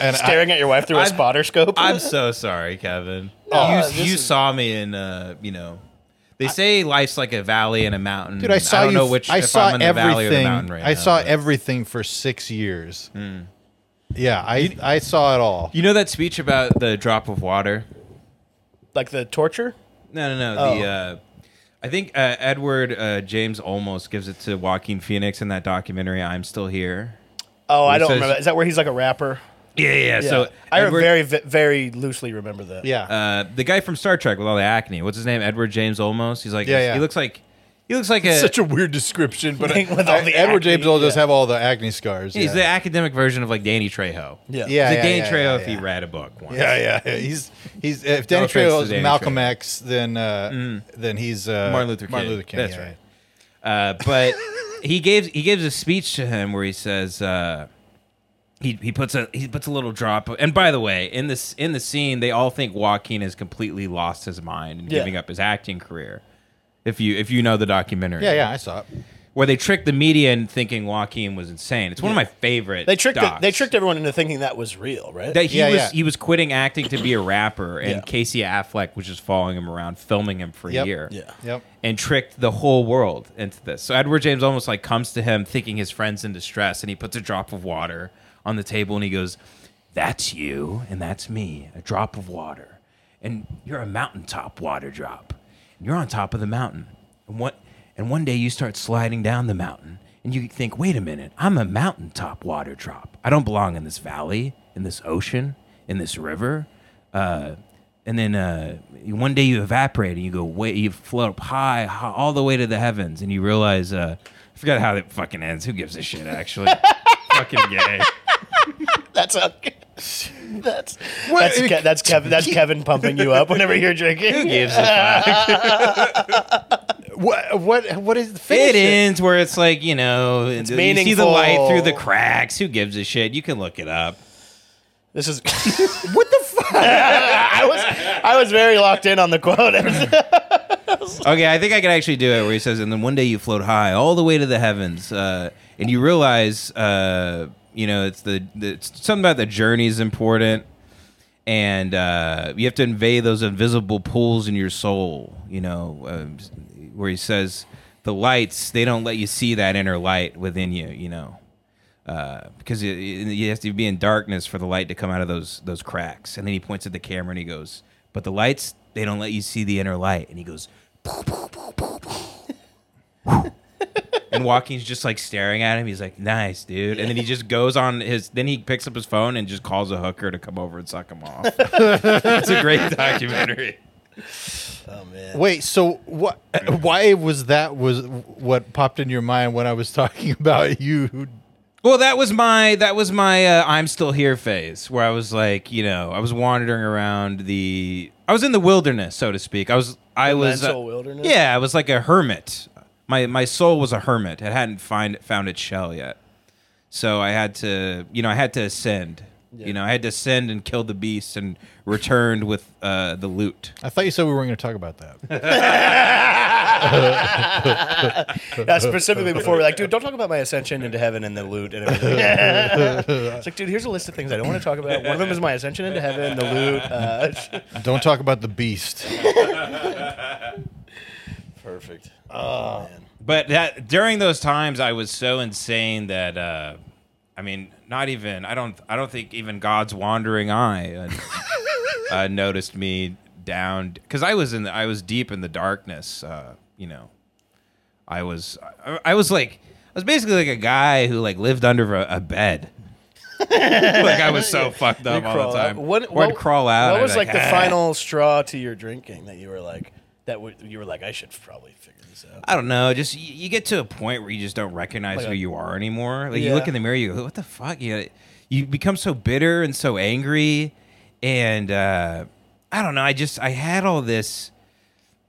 C: And I,
E: staring at your wife through a
D: I'm-
E: spotter scope.
D: I'm so sorry, Kevin.
E: No,
D: you
E: this
D: you
E: is-
D: saw me in, uh, you know, they say life's like a valley and a mountain.
C: dude, I saw
D: I don't
C: you.
D: know which.
C: I
D: if
C: saw
D: I'm in the valley or the
C: everything.
D: mountain right
C: I
D: now,
C: saw
D: but- Hmm.
C: everything for six years. Yeah, I I saw it all.
D: You know that speech about the drop of water?
E: like the torture.
D: No, no, no.
C: Oh.
D: The uh, I think uh, Edward uh, James almost gives it to Joaquin Phoenix in that documentary. I'm still here.
E: Oh, I
D: He
E: don't
D: says-
E: remember. Is that where he's like a rapper?
D: Yeah, yeah.
E: Yeah.
D: So
E: I
D: Edward-
E: very, ve- very loosely remember that.
C: Yeah,
D: uh, the guy from Star Trek with all the acne. What's his name? Edward James Olmos. He's like,
C: Yeah, yeah.
D: he looks like, he looks like a.
C: such a weird description, but
E: Like, with
C: I-
E: all the
C: Edward
E: acne,
C: James will just
E: yeah.
C: have all the acne scars.
D: he's
C: yeah.
D: the academic version of like Danny Trejo.
E: Yeah.
D: He's
C: yeah,
D: like
C: yeah,
D: Danny
C: yeah,
D: Trejo
C: yeah,
D: if he
C: yeah.
D: read a book once.
C: Yeah, yeah, yeah. He's he's if Danny
D: offense to
C: Trejo is
D: Danny
C: Malcolm
D: Trejo. Mm.
C: X, then uh, then he's uh,
D: Martin Luther King.
C: Martin Luther King.
D: That's
C: yeah,
D: right. Uh, but he gives he gives a speech to him where he says uh, he he puts a he puts a little drop. Of, and by the way, in this in the scene, they all think Joaquin has completely lost his mind and
E: Yeah.
D: giving up his acting career. If you if you know the documentary,
C: Yeah, yeah, yeah, I saw it.
D: where they tricked the media in thinking Joaquin was insane. It's one of my favorite.
E: They tricked. The,
D: docs.
E: they tricked everyone into thinking that was real, right?
D: that he
C: Yeah,
D: was
C: yeah.
D: he was quitting acting to be a rapper, and
E: Yeah.
D: Casey Affleck was just following him around, filming him for
C: Yep.
D: a year
E: yeah.
C: Yep.
D: and tricked the whole world into this. So Edward James almost like comes to him thinking his friend's in distress and he puts a drop of water on the table and he goes, That's you and that's me, a drop of water. And you're a mountaintop water drop. And you're on top of the mountain. And what and one day you start sliding down the mountain and you think, wait a minute, I'm a mountaintop water drop. I don't belong in this valley, in this ocean, in this river uh, and then uh, one day you evaporate and you go way, you float up high, high, all the way to the heavens, and you realize, uh, I forgot how it fucking ends. Who gives a shit? Actually, fucking gay.
E: That's okay. That's that's, Ke- that's Kevin. That's Kevin pumping you up whenever you're drinking.
D: Who gives a fuck?
C: What what what is the
D: It
C: finish?
D: ends where it's like you know, you see the
E: meaningful.
D: light through the cracks. Who gives a shit? You can look it up.
E: This is what the fuck. I was I was very locked in on the quote.
D: Oh, Okay, I think I can actually do it. Where he says, "And then one day you float high, all the way to the heavens, uh, and you realize, uh, you know, it's the, the it's something about the journey is important, and uh, you have to invade those invisible pools in your soul. You know, um, where he says, the lights they don't let you see that inner light within you. You know, uh, because you, you have to be in darkness for the light to come out of those those cracks. And then he points at the camera and he goes, "But the lights, they don't let you see the inner light." And he goes, "Pooh, pooh, pooh, pooh, pooh." and Joaquin's just like staring at him. He's like, "Nice, dude." And then he just goes on his. Then he picks up his phone and just calls a hooker to come over and suck him off. it's a great documentary.
E: oh man.
C: Wait, so what? Why was that? Was what popped into your mind when I was talking about you? who-
D: Well, that was my that was my uh, I'm still here phase where I was like, you know, I was wandering around the I was in the wilderness, so to speak. I was I was uh,
E: mental wilderness?
D: Yeah, I was like a hermit. My my soul was a hermit. It hadn't find found its shell yet. So I had to, you know, I had to ascend. You know, I had to ascend and kill the beast and returned with uh, the loot.
C: I thought you said we weren't going to talk about that.
E: Yeah, specifically before we're like, dude, don't talk about my ascension into heaven and the loot and everything. it's like, dude, here's a list of things I don't want to talk about. One of them is my ascension into heaven, the loot. Uh,
C: Don't talk about the beast.
E: Perfect.
D: But that during those times, I was so insane that uh, I mean, not even I don't I don't think even God's wandering eye uh, uh, noticed me down because I was in the, I was deep in the darkness. Uh, you know, I was I, I was like I was basically like a guy who like lived under a, a bed. like I was so fucked up all the time.
E: What,
D: Or I'd crawl out.
E: What
D: I'd
E: was
D: be
E: like, the
D: "Ah."
E: final straw to your drinking that you were like that? W- you were like, I should probably figure this out.
D: I don't know. Just you, you get to a point where you just don't recognize
E: Like
D: who
E: a-
D: you are anymore. Like
E: Yeah.
D: you look in the mirror, you go, "What the fuck?" You you become so bitter and so angry, and uh, I don't know. I just I had all this.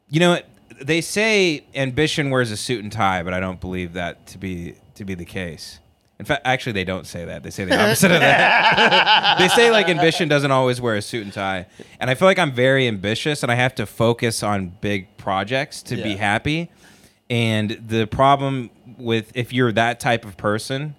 D: You know, they say ambition wears a suit and tie, but I don't believe that to be to be the case. In fact, actually, they don't say that. They say the opposite of that they say like ambition doesn't always wear a suit and tie and i feel like i'm very ambitious and i have to focus on big projects to be
E: Yeah.
D: happy and the problem with if you're that type of person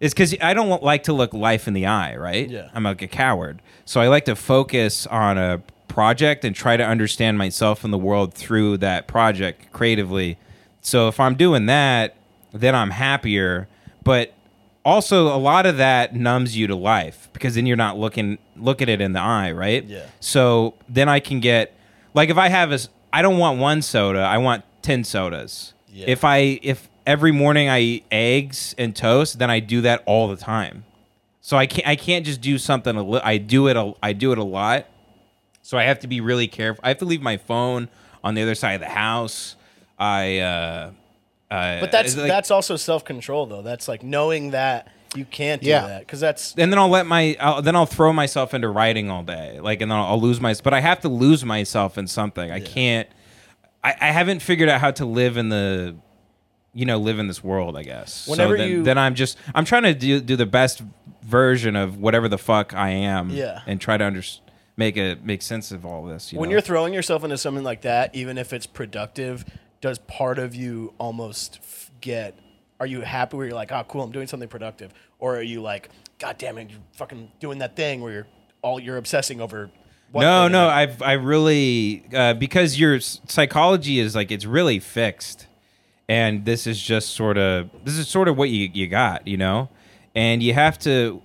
D: is because i don't like to look life in the eye right
E: Yeah.
D: i'm like a coward so i like to focus on a project and try to understand myself and the world through that project creatively so if i'm doing that then i'm happier but also a lot of that numbs you to life because then you're not looking look at it in the eye, right?
E: Yeah.
D: So then I can get like if I have a s- I don't want one soda, I want 10 sodas.
E: Yeah.
D: If I if every morning I eat eggs and toast, then I do that all the time. So I can't I can't just do something a li- I do it a, I do it a lot. So I have to be really careful. I have to leave my phone on the other side of the house. I uh uh,
E: But that's
D: like-
E: that's also self control though. That's like knowing that you can't do
C: Yeah.
E: that because that's
D: and then I'll let my I'll, then I'll throw myself into writing all day, like, and then I'll, I'll lose my. But I have to lose myself in something. I can't. I, I haven't figured out how to live in the, you know, live in this world. I guess.
E: Whenever
D: so then,
E: you-
D: then I'm just I'm trying to do do the best version of whatever the fuck I am.
E: Yeah.
D: And try to under make a make sense of all this. You
E: when
D: know?
E: you're throwing yourself into something like that, even if it's productive, does part of you almost f- get? Are you happy where you're like, oh, cool, I'm doing something productive, or are you like, god damn it, you're fucking doing that thing where you're all you're obsessing over? one
D: no
E: thing
D: no
E: and-
D: i've i really uh, because your s- psychology is like it's really fixed and this is just sort of this is sort of what you, you got you know and you have to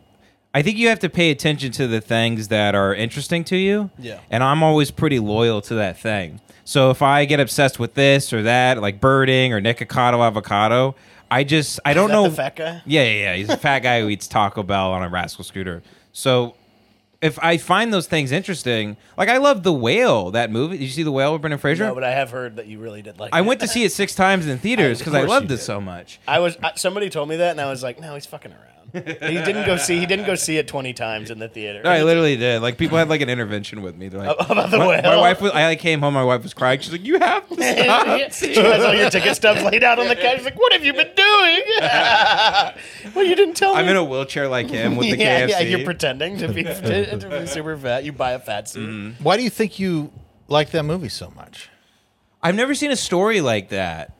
D: i think you have to pay attention to the things that are interesting to you
E: Yeah.
D: and i'm always pretty loyal to that thing so if i get obsessed with this or that like birding or nicocado avocado i just i don't
E: that
D: know
E: the fat guy?
D: yeah, yeah, yeah. He's a fat guy who eats Taco Bell on a rascal scooter. So if I find those things interesting, like I love The Whale, that movie. Did you see The Whale with Brendan Fraser?
E: No, but I have heard that you really did like.
D: I
E: it.
D: went to see it six times in theaters because I
E: course
D: loved
E: you
D: it so much.
E: I was I, somebody told me that, and I was like, no, he's fucking around. he didn't go see. He didn't go see it twenty times in the theater.
D: No, I literally did. Like people had like an intervention with me. They're like,
E: About the
D: my,
E: whale.
D: my wife was. I like, came home. My wife was crying. She's like, "You have to stop."
E: she has all your ticket stuff laid out on the couch. She's like, what have you been doing? well, you didn't tell me.
D: I'm in a wheelchair like him with the
E: yeah,
D: KFC.
E: yeah, you're pretending to be, to be super fat. You buy a fat suit.
D: Mm-hmm.
C: Why do you think you like that movie so much?
D: I've never seen a story like that.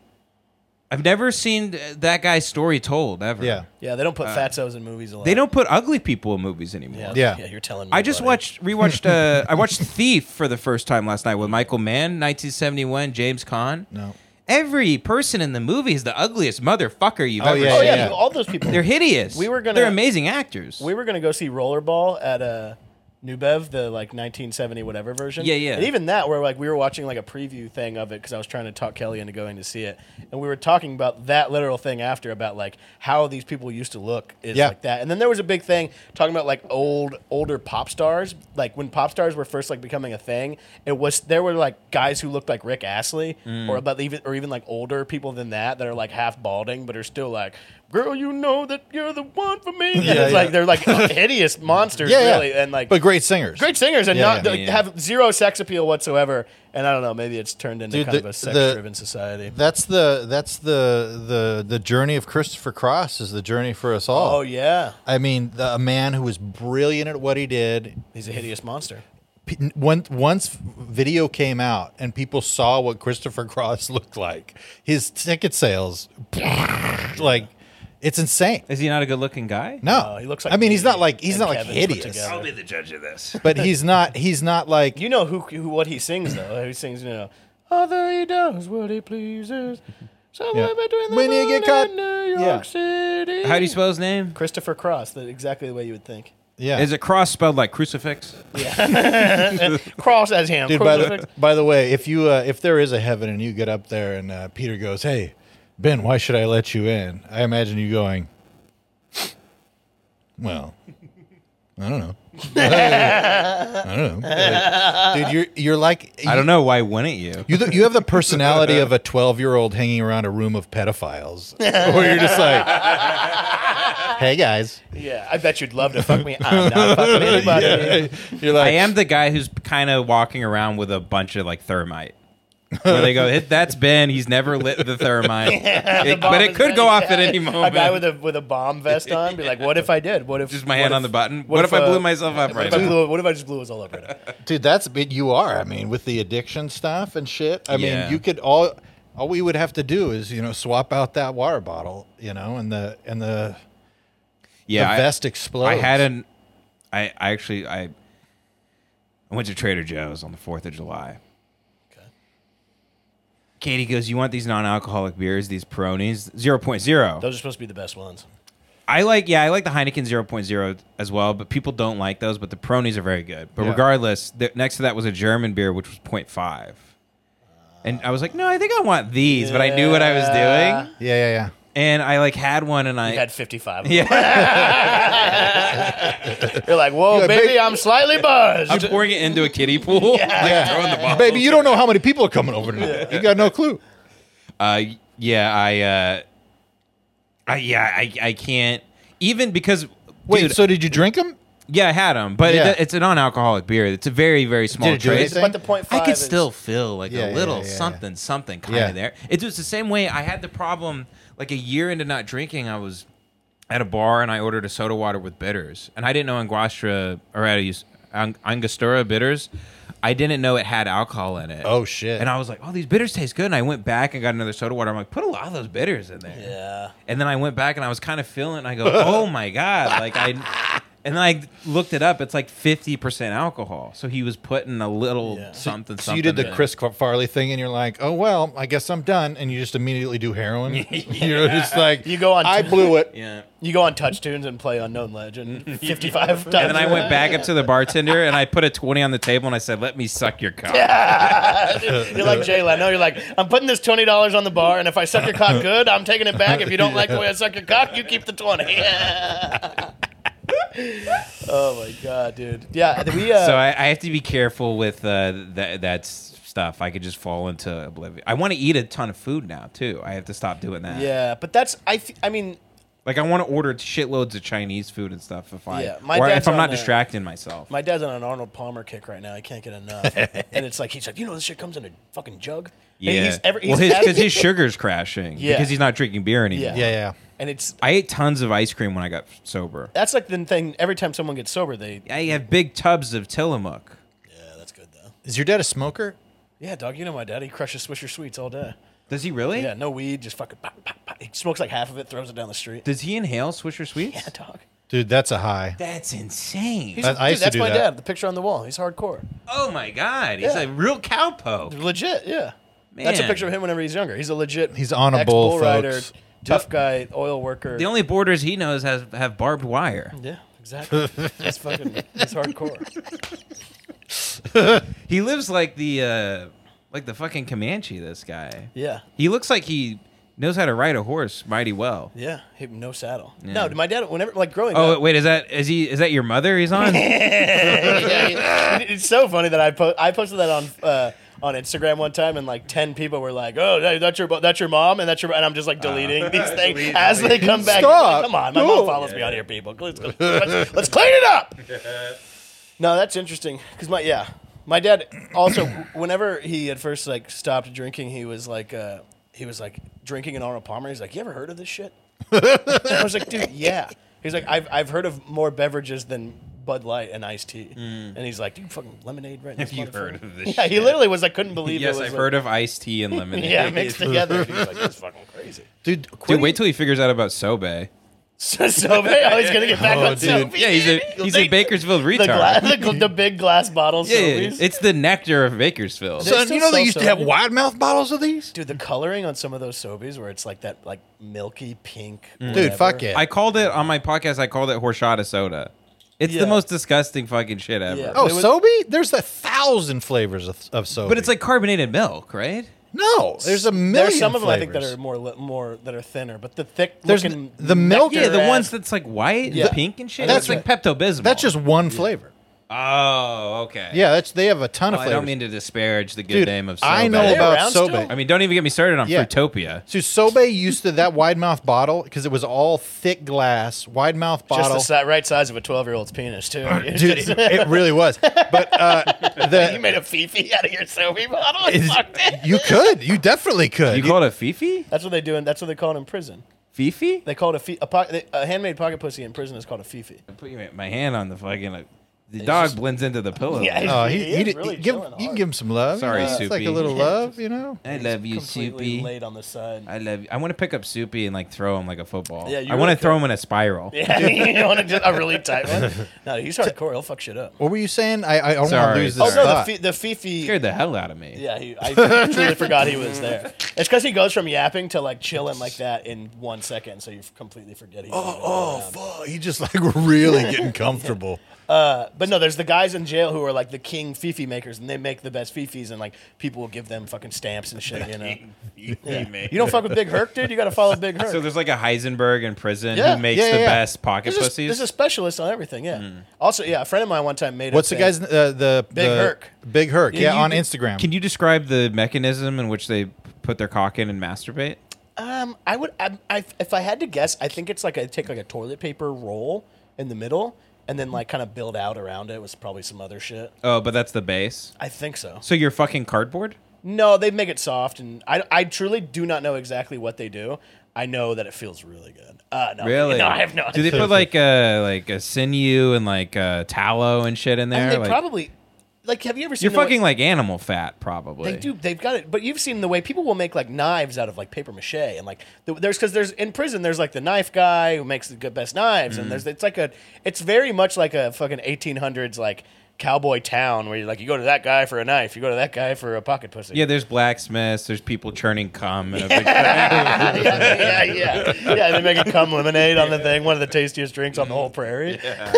D: I've never seen uh, that guy's story told ever.
C: Yeah.
E: Yeah, they don't put fatsos in movies a lot.
D: Uh, They don't put ugly people in movies anymore.
E: Yeah,
C: Yeah.
E: yeah. you're telling me.
D: I just
E: buddy.
D: watched rewatched. Uh, I watched Thief for the first time last night with Michael Mann, 1971, James Caan.
C: No.
D: Every person in the movie is the ugliest motherfucker you've
C: Oh,
D: ever
C: yeah,
E: Oh
D: seen.
E: yeah,
C: Yeah.
E: all those people.
D: They're hideous.
E: We were gonna-
D: They're amazing actors.
E: we were gonna go see Rollerball at uh, New Bev, the like 1970 whatever version.
D: Yeah, yeah.
E: And even that, where like we were watching like a preview thing of it because I was trying to talk Kelly into going to see it, and we were talking about that literal thing after about like how these people used to look is
C: Yeah.
E: like that, and then there was a big thing talking about like old older pop stars, like when pop stars were first like becoming a thing, it was there were like guys who looked like Rick Astley
D: Mm.
E: or about even or even like older people than that that are like half balding but are still like. Girl, you know that you're the one for me. And
C: Yeah,
E: it's
C: yeah.
E: like they're like uh, hideous monsters,
C: Yeah, yeah.
E: really, and like
C: but great singers.
E: great singers and
C: Yeah,
E: not
C: yeah.
E: like,
D: Yeah.
E: have zero sex appeal whatsoever. And I don't know, maybe it's turned into
C: Dude,
E: kind
C: the-
E: of a
C: the-
E: sex-driven society.
C: That's the that's the the the journey of Christopher Cross is the journey for us all.
E: Oh yeah,
C: I mean, the, a man who was brilliant at what he did.
E: he's a hideous monster.
C: P- When, once video came out and people saw what Christopher Cross looked like, his ticket sales, like, it's insane.
D: Is he not a good-looking guy?
C: No,
E: Oh, he looks like
C: I mean, he's
E: me
C: not like he's
E: and
C: not like
E: Kevin put
C: hideous,
E: together. I'll be
D: the judge of this.
C: but he's not he's not like
E: You know who, who what he sings though. He sings, you know, although he does what he pleases. Somewhere
C: Yeah.
E: between the
C: When you get
E: moon and
C: caught-
E: New York
C: Yeah.
E: City.
D: How do you spell his name?
E: Christopher Cross? That exactly the way you would think.
C: Yeah.
D: Is it cross spelled like crucifix?
E: Cross as him.
C: Dude, by the,
E: Crucifix.
C: by the way, if you uh, if there is a heaven and you get up there and uh, Peter goes, "Hey, Ben, why should I let you in?" I imagine you going, "Well, I don't know." I don't know, Like, dude. You're you're like
D: I don't know. Why wouldn't you?
C: You, th- you have the personality of a 12 year old hanging around a room of pedophiles. Where you're just like, hey guys.
E: yeah, I bet you'd love to fuck me. I'm not fucking anybody.
C: You're like,
D: I am the guy who's kind of walking around with a bunch of like thermite. Where they go, "Hit- that's Ben. He's never lit the thermite,
E: The
D: It-
E: bomb
D: but it
E: is
D: could
E: ready.
D: go off at
E: Yeah.
D: any moment.
E: A guy with a with a bomb vest on, be like, "What if I did? What if
D: just my
E: what
D: hand
E: if-
D: on the button. What, if, I
E: uh,
D: blew myself up
E: What
D: right
E: if, I
D: now?
E: blew, what if I just blew us all up right now?
C: dude, that's but you are. I mean, with the addiction stuff and shit, I
D: Yeah.
C: mean, you could all, all we would have to do is, you know, swap out that water bottle, you know, and the, and the,
D: yeah,
C: the
D: I-
C: vest explodes.
D: I had an. I, I actually I. I went to Trader Joe's on the Fourth of July. Katie goes, "You want these non-alcoholic beers? These Peronis, 0.0.
E: Those are supposed to be the best ones.
D: I like, yeah, I like the Heineken 0.0 as well, but people don't like those. But the Peronis are very good. But
C: Yeah.
D: regardless, the, next to that was a German beer, which was 0.5. And I was like, no, I think I want these, but I knew what I was
E: Yeah.
D: doing,
C: Yeah, yeah, yeah.
D: and I like had one, and I
E: You had 55.
D: yeah.
E: You're like, whoa,
C: Yeah,
E: baby,
C: babe-
E: I'm slightly buzzed.
D: I'm pouring it into a kiddie pool.
C: yeah. Baby, you don't know how many people are coming over tonight. You got no clue.
D: Uh, yeah, I, uh, I, yeah, I, I can't even because.
C: Wait,
D: dude,
C: so did you drink them?
D: yeah, I had them, but
C: Yeah.
D: it, it's a non-alcoholic beer. It's a very, very small
C: Did it do
D: trace.
C: anything?
E: but the point five
D: I could
E: is-
D: still feel like
C: Yeah,
D: a
C: yeah,
D: little
C: yeah, yeah.
D: something, something kind
C: Yeah.
D: of there. It was the same way I had the problem like a year into not drinking. I was at a bar and I ordered a soda water with bitters, and I didn't know Angostura or I used Ang- Angostura bitters. I didn't know it had alcohol in it.
C: Oh, shit.
D: And I was like, "Oh, these bitters taste good." And I went back and got another soda water. I'm like, "Put a lot of those bitters in there."
E: Yeah.
D: And then I went back and I was kind of feeling. it, And I go, "Oh my god!" Like I. And then I looked it up. It's like fifty percent alcohol. So he was putting a little
E: Yeah. So-
D: something.
C: So you did
D: something
C: the
D: in.
C: Chris Farley thing, and you're like, "Oh well, I guess I'm done," and you just immediately do heroin. You're just like,
E: You go on
C: I
E: t-
C: blew it.
D: Yeah.
E: You go on Touch Tunes and play Unknown Legend 55 times.
D: And then I went back up to the bartender and I put a twenty on the table and I said, "Let me suck your cock."
E: You're like Jay Leno. You're like, I'm putting this twenty dollars on the bar, and if I suck your cock good, I'm taking it back. If you don't like the way I suck your cock, you keep the twenty. oh my god, dude. Yeah, we. Uh,
D: So I, I have to be careful with uh, that that stuff. I could just fall into oblivion. I want to eat a ton of food now too. I have to stop doing that.
E: yeah, but that's I. Th- I mean,
D: Like I want to order shitloads of Chinese food and stuff if I
E: Yeah, my
D: or
E: dad's
D: if I'm not
E: on a-
D: distracting myself.
E: my dad's on an Arnold Palmer kick right now. He can't get enough, and it's like he's like, you know, this shit comes in a fucking jug. And
D: yeah.
E: he's ever, he's
D: well, his because
E: asking-
D: his sugar's crashing
E: Yeah.
D: because he's not drinking beer anymore.
E: Yeah.
C: Yeah, yeah.
E: and it's
D: I ate tons of ice cream when I got sober.
E: that's like the thing. Every time someone gets sober, they
D: I have big tubs of Tillamook.
E: yeah, that's good though.
C: Is your dad a smoker?
E: Yeah, dog. You know my dad. He crushes Swisher Sweets all day.
D: Does he really?
E: Yeah, no weed, just fucking. Pop, pop, pop. He smokes like half of it, throws it down the street.
D: Does he inhale Swisher Sweets?
E: Yeah, dog.
C: Dude, that's a high.
D: That's insane.
E: He's,
C: I-
E: dude,
C: I used to
E: that's
C: do
E: my
C: that.
E: dad. The picture on the wall. He's hardcore.
D: oh my god, he's
E: Yeah.
D: a real cowpoke.
E: Legit, yeah. That's a
D: Man.
E: picture of him whenever he's younger. He's a legit.
C: He's on a bull,
E: ex-bull rider,
C: folks.
E: tough guy, oil worker.
D: The only borders he knows has have barbed wire.
E: yeah, exactly. that's fucking. That's hardcore.
D: He lives like the uh like the fucking Comanche. This guy.
E: Yeah,
D: He looks like he knows how to ride a horse mighty well.
E: yeah. He, no saddle.
D: Yeah.
E: No, my dad. Whenever like growing
D: Oh
E: up.
D: wait, is that is he is that your mother? He's on.
E: yeah, it- it's so funny that I po- I posted that on uh, on Instagram one time, and like ten people were like, "Oh, that- that's your bo- that's your mom," and that's your and I'm just like deleting these things as they come back.
C: Stop.
E: Come on, my mom follows me on here, people. Let's, let's, let's clean it up. No, that's interesting because my yeah, my dad also whenever he at first like stopped drinking, he was like uh, he was like drinking an Arnold Palmer. He's like, "You ever heard of this shit?" And I was like, dude, yeah. He's like, I've, I've heard of more beverages than Bud Light and iced tea. And he's like, dude, fucking lemonade right now.
D: Mm. Have you heard of this
E: Yeah, he
D: shit?
E: literally was like, couldn't believe
D: yes,
E: it. was,
D: I've
E: like-
D: heard of iced tea and lemonade.
E: Yeah, mixed together. He's like, that's fucking crazy.
C: Dude, quit.
D: Dude, wait till he figures out about sobe.
E: So, so man, oh, he's going to get back
C: Oh,
E: on
C: dude.
E: dude.
D: Yeah, he's a he's a Bakersfield retard.
E: The, gla- the, gl- the big glass bottles.
D: yeah,
E: Yeah,
D: yeah, it's the nectar of Bakersfield.
E: They're
C: son,
E: still
C: you know
E: so
C: they used to have
E: sober.
C: wide mouth bottles of these.
E: Dude, the coloring on some of those Sobies where it's like that like milky pink.
D: Mm.
C: Dude, fuck
E: whatever.
C: yeah.
D: I called it on my podcast. I called it horchata soda. It's
E: Yeah.
D: the most disgusting fucking shit ever.
E: Yeah.
C: Oh,
E: They would-
C: Sobe? There's a thousand flavors of, of Sobe.
D: But it's like carbonated milk, right?
C: no, there's a million.
E: There's some of them I
C: flavors.
E: think that are more li- more that are thinner, but the thick
C: There's
E: looking
C: n- the milk-
D: Yeah,
E: nectar
D: the
E: ass-
D: ones that's like white
E: Yeah.
D: and pink and shit.
C: That's
D: That's, like Pepto Bismol.
C: That's just one flavor.
D: Oh, okay.
C: Yeah, that's they have a ton
E: Oh,
D: Well,
C: of
D: I
C: flavors.
D: don't mean to disparage the good
C: Dude,
D: name of. Sobe.
C: I know
E: Are they
C: about
E: around still?
C: Sobe.
D: I mean, don't even get me started on
C: Yeah.
D: Fruitopia.
C: So Sobe used to that wide mouth bottle because it was all thick glass, wide mouth
E: just
C: bottle.
E: the si- right size of a 12 year old's penis too.
C: Dude, it really was. But uh, the,
E: you made a fifi out of your soapy bottle. and fucked it.
C: you could, you definitely could.
D: You call it a fifi?
E: That's what they do, and that's what they call it in prison.
D: Fifi?
E: They call it a, fi- a, po- they- a handmade pocket pussy in prison is called a fifi.
D: I put my- my hand on the fucking. uh, the dog blends into the pillow.
E: Yeah,
C: Oh,
E: he,
C: he,
E: is
C: he did-
E: really
C: give,
E: chilling
C: you can
E: hard.
C: give him some love. you
D: Sorry,
C: know? It's like a
D: Soupy.
C: little love, you know.
D: I love you,
E: completely
D: Soupy.
E: laid on the side.
D: I love. You. I want to pick up Soupy and like throw him like a football.
E: Yeah, you
D: I want
E: really
D: to throw him in a spiral.
E: yeah, you want to just a really tight one? No, he's hardcore. He'll fuck shit up.
C: What were you saying? I, I don't want to
D: Sorry,
C: lose this
E: Oh
D: sorry.
E: no, the,
C: thought.
E: fi- the fifi.
D: Scared the hell out of me.
E: Yeah, he, I truly forgot he was there. It's because he goes from yapping to like chilling like that in one second, so you f- completely forget he's. Oh,
C: oh fuck! He just like really getting comfortable.
E: But no, there's the guys in jail who are like the king fifi makers, and they make the best fifis, and like people will give them fucking stamps and shit. You know, Yeah. you don't fuck with Big Herc, dude. You got to follow Big Herc.
D: So there's like a Heisenberg in prison
E: Yeah,
D: who makes
C: yeah,
D: the
C: yeah.
D: best pocket
E: there's a,
D: pussies. Hmm.
E: there's a specialist on everything. Yeah. Also, yeah, a friend of mine one time made. a
C: What's the
E: thing-
C: guy's uh, the
E: Big
C: the-
E: Herc.
C: Big Herc, yeah,
D: you-
C: on Instagram.
D: Can you describe the mechanism in which they put their cock in and masturbate?
E: Um, I would. I, I, if I had to guess, I think it's like I take like a toilet paper roll in the middle, and then like kind of build out around it with probably some other shit.
D: Oh, but that's the base.
E: I think so.
D: So you're fucking cardboard?
E: No, they make it soft, and I, I truly do not know exactly what they do. I know that it feels really good. Uh, no,
D: Really?
E: No, I have no
D: Do
E: idea.
D: they put like a like a sinew and like a tallow and shit in there?
E: And they
D: Like-
E: probably like. Have you ever seen?
D: you're
E: the way-
D: fucking like animal fat, probably.
E: They do. They've got it. But you've seen the way people will make like knives out of like paper mache and like th- there's because there's in prison there's like the knife guy who makes the good best knives and there's it's like a it's very much like a fucking 1800s like cowboy town where you like you go to that guy for a knife you go to that guy for a pocket pussy
D: Yeah, there's blacksmiths. There's people churning cum. And a
E: yeah yeah yeah yeah they make a cum lemonade on the thing one of the tastiest drinks on the whole prairie yeah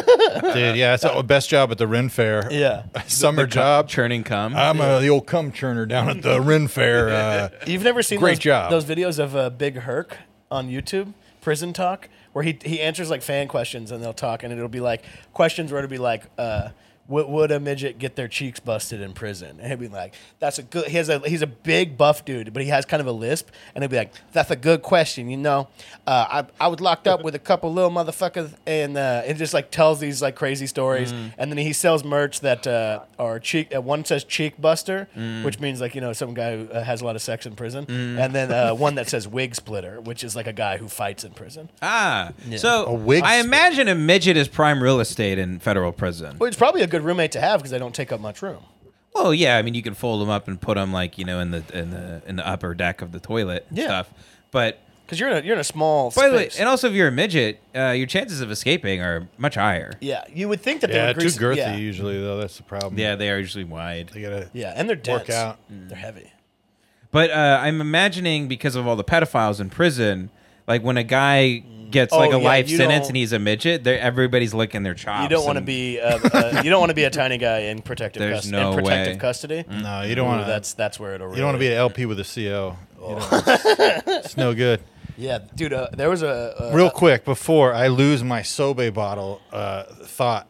C: Dude, yeah, it's the best job at the Ren Fair.
E: Yeah.
C: summer
D: big
C: job.
D: churning cum.
C: I'm uh, the old cum churner down at the Ren Fair. Uh,
E: you've never seen
C: Great
E: those,
C: job.
E: those videos of uh, Big Herc on YouTube prison talk where he he answers like fan questions and they'll talk and it'll be like questions where it'll be like uh would, would a midget get their cheeks busted in prison? And he'd be like, "That's a good." He has a he's a big buff dude, but he has kind of a lisp, and he'd be like, "That's a good question." You know, uh, I I was locked up with a couple little motherfuckers, and uh, it just like tells these like crazy stories,
D: Mm.
E: and then he sells merch that uh, are cheek. Uh, one says cheek buster,
D: Mm.
E: which means like you know some guy who uh, has a lot of sex in prison, and then uh, one that says wig splitter, which is like a guy who fights in prison.
D: ah, so
C: A wig
D: I
C: split.
D: imagine a midget is prime real estate in federal prison.
E: Well, it's probably a good roommate to have because they don't take up much room.
D: Well, yeah, I mean, you can fold them up and put them like you know in the in the in the upper deck of the toilet and
E: Yeah.
D: stuff. But
E: Because you're in a, you're in a small.
D: by the way,
E: space.
D: and also if you're a midget, uh, your chances of escaping are much higher.
E: yeah, you would think that they
C: yeah,
E: would
C: too
E: grease.
C: girthy
E: Yeah.
C: usually though. That's the problem.
D: Yeah, they are usually wide.
C: they gotta.
E: yeah, and they're dense. Mm.
C: Work out.
E: They're heavy.
D: But uh, I'm imagining because of all the pedophiles in prison, like when a guy gets
E: Oh,
D: like a
E: yeah,
D: life
E: you
D: sentence
E: don't-
D: and he's a midget, they're- everybody's licking their chops.
E: You don't want to
D: and-
E: be uh, uh, you don't want to be a tiny guy in protective
D: There's
E: custody.
D: no
E: in protective
D: way.
E: custody.
C: No, you don't want
E: Ooh,
C: to.
E: that's Oh. that's where it'll.
C: you don't want to be an LP with a CO. You know, it's, it's no good.
E: Yeah, dude. Uh, there was a, a
C: Real quick, before I lose my sobe bottle uh, thought,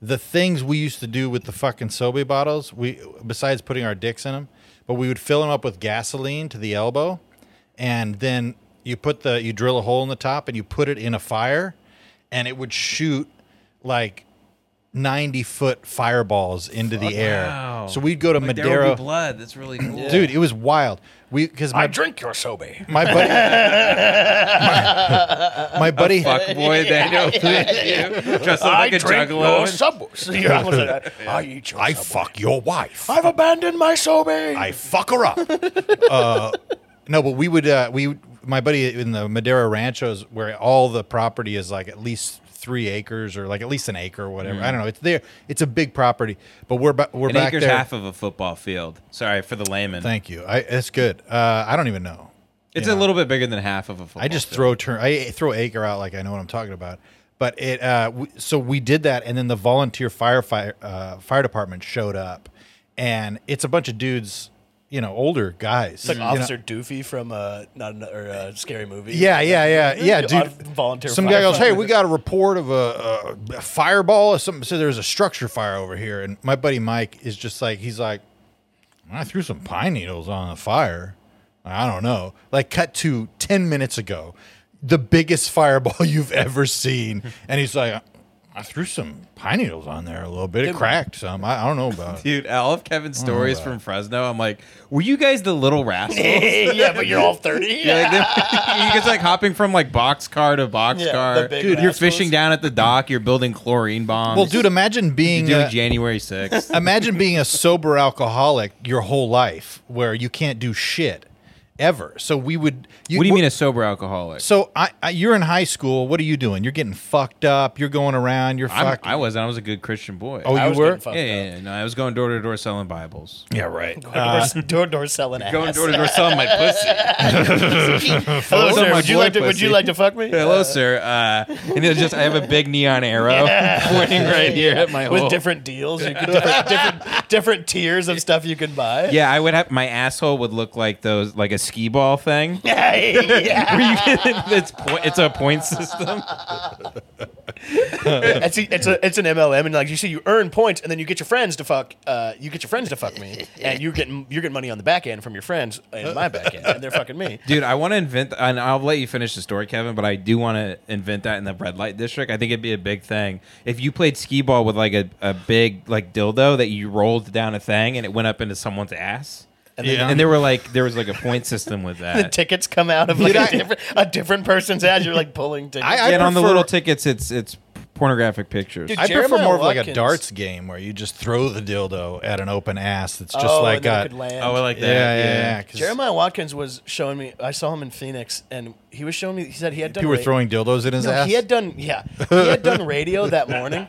C: the things we used to do with the fucking sobe bottles, we besides putting our dicks in them, but we would fill them up with gasoline to the elbow, and then you put the you drill a hole in the top and you put it in a fire, and it would shoot like. 90 foot fireballs into the air.
D: Wow.
C: So we'd go to
D: Like, there will be
C: Madero.
D: blood. That's really cool.
C: Dude, it was wild. We because my
E: I drink your sobe.
C: my buddy, my, my buddy,
D: Fuck boy, Daniel. Just
E: I
D: like a
E: drink
D: juggalo.
E: your subs. Yeah, I, was like, I eat your. Subway.
C: fuck your wife.
E: I've abandoned my sobe.
C: I fuck her up. uh, no, but we would uh, we my buddy in the Madera Ranchos where all the property is like at least three acres or like at least an acre or whatever. I don't know. It's there. It's a big property, but we're ba- we're
D: Mm. An
C: back
D: acre's
C: there.
D: half of a football field. Sorry for the layman.
C: Thank you. I, that's good. Uh, I don't even know.
D: it's
C: you
D: a
C: know.
D: little bit bigger than half of a football.
C: I just
D: field.
C: throw turn. I throw acre out like I know what I'm talking about. But it uh, w- so we did that, and then the volunteer fire fire, uh, fire department showed up, and it's a bunch of dudes, you know, older guys,
E: It's like
C: you know.
E: Officer Doofy from uh, not an- or uh, scary movie.
C: Yeah, yeah, yeah, yeah, dude.
E: Volunteer.
C: Some guy goes,
E: firefighter.
C: "Hey, we got a report of a, a, a fireball or something." So there's a structure fire over here, and my buddy Mike is just like, he's like, "I threw some pine needles on the fire." I don't know. Like, cut to ten minutes ago, the biggest fireball you've ever seen, and he's like, "I threw some pine needles on there a little bit. It cracked some. I, I don't know about." it."
D: Dude, all of Kevin's stories from Fresno, I'm like, were you guys the little rascals?
E: yeah, but you're all thirty.
D: You're like, you guys like hopping from like box car to box
E: Yeah,
D: car.
E: the big
D: Dude, you're
E: rascals.
D: fishing down at the dock. You're building chlorine bombs.
C: Well, dude, uh, imagine being
D: doing
C: a-
D: January 6th.
C: imagine being a sober alcoholic your whole life where you can't do shit ever so we would
D: what do you mean a sober alcoholic?
C: so I, I you're in high school what are you doing you're getting fucked up you're going around you're
D: I'm,
C: fucked
D: I wasn't. I was a good Christian boy.
C: oh
E: I
C: you
E: was
C: were
E: getting fucked
D: yeah,
E: up.
D: yeah, yeah. No, I was going door to door selling Bibles.
C: yeah right
E: door door selling ass.
D: Going door to door selling my pussy.
E: Hello,
D: Those are
E: sir.
D: my
E: Would you like to?
D: blood
E: Would you
D: pussy.
E: like to fuck me?
D: Hello, sir. Uh, and it's just I have a big neon arrow pointing right here at my
E: With
D: hole.
E: different deals, you could different, different different tiers of stuff you could buy.
D: Yeah, I would have my asshole would look like those like a skee ball thing.
E: yeah.
D: Where you get- it's po- it's a point system.
E: It's, a, it's, e, a, it's an MLM, and like you see, you earn points, and then you get your friends to fuck. Uh, you get your friends to fuck me, and you get you're getting money on the back end from your friends and my back end, and they're fucking me.
D: Dude, I want to invent, and I'll let you finish the story, Kevin. But I do want to invent that in the red light district. I think it'd be a big thing if you played skee ball with like a, a big like dildo that you rolled down a thing and it went up into someone's ass. And,
C: then-
D: and there were like there was like a point system with
E: The
D: that.
E: tickets come out of like
C: Dude,
E: a
C: I-
E: different, a different person's ass. You're like pulling tickets.
C: I- I-
D: yeah, and on the
C: prefer-
D: little tickets, it's it's pornographic pictures.
E: Dude,
C: I prefer
E: Jeremiah
C: more of like a
E: Watkins.
C: darts game where you just throw the dildo at an open ass that's just
E: Oh,
C: like
E: and then it
C: got
E: could land.
D: oh, I like
C: yeah
D: that.
C: yeah, yeah, 'cause
E: Jeremiah Watkins was showing me. I saw him in Phoenix, and he was showing me. He said he had done.
C: people were
E: ra-
C: throwing dildos in his
E: No,
C: ass
E: he had done. Yeah, he had done radio that morning.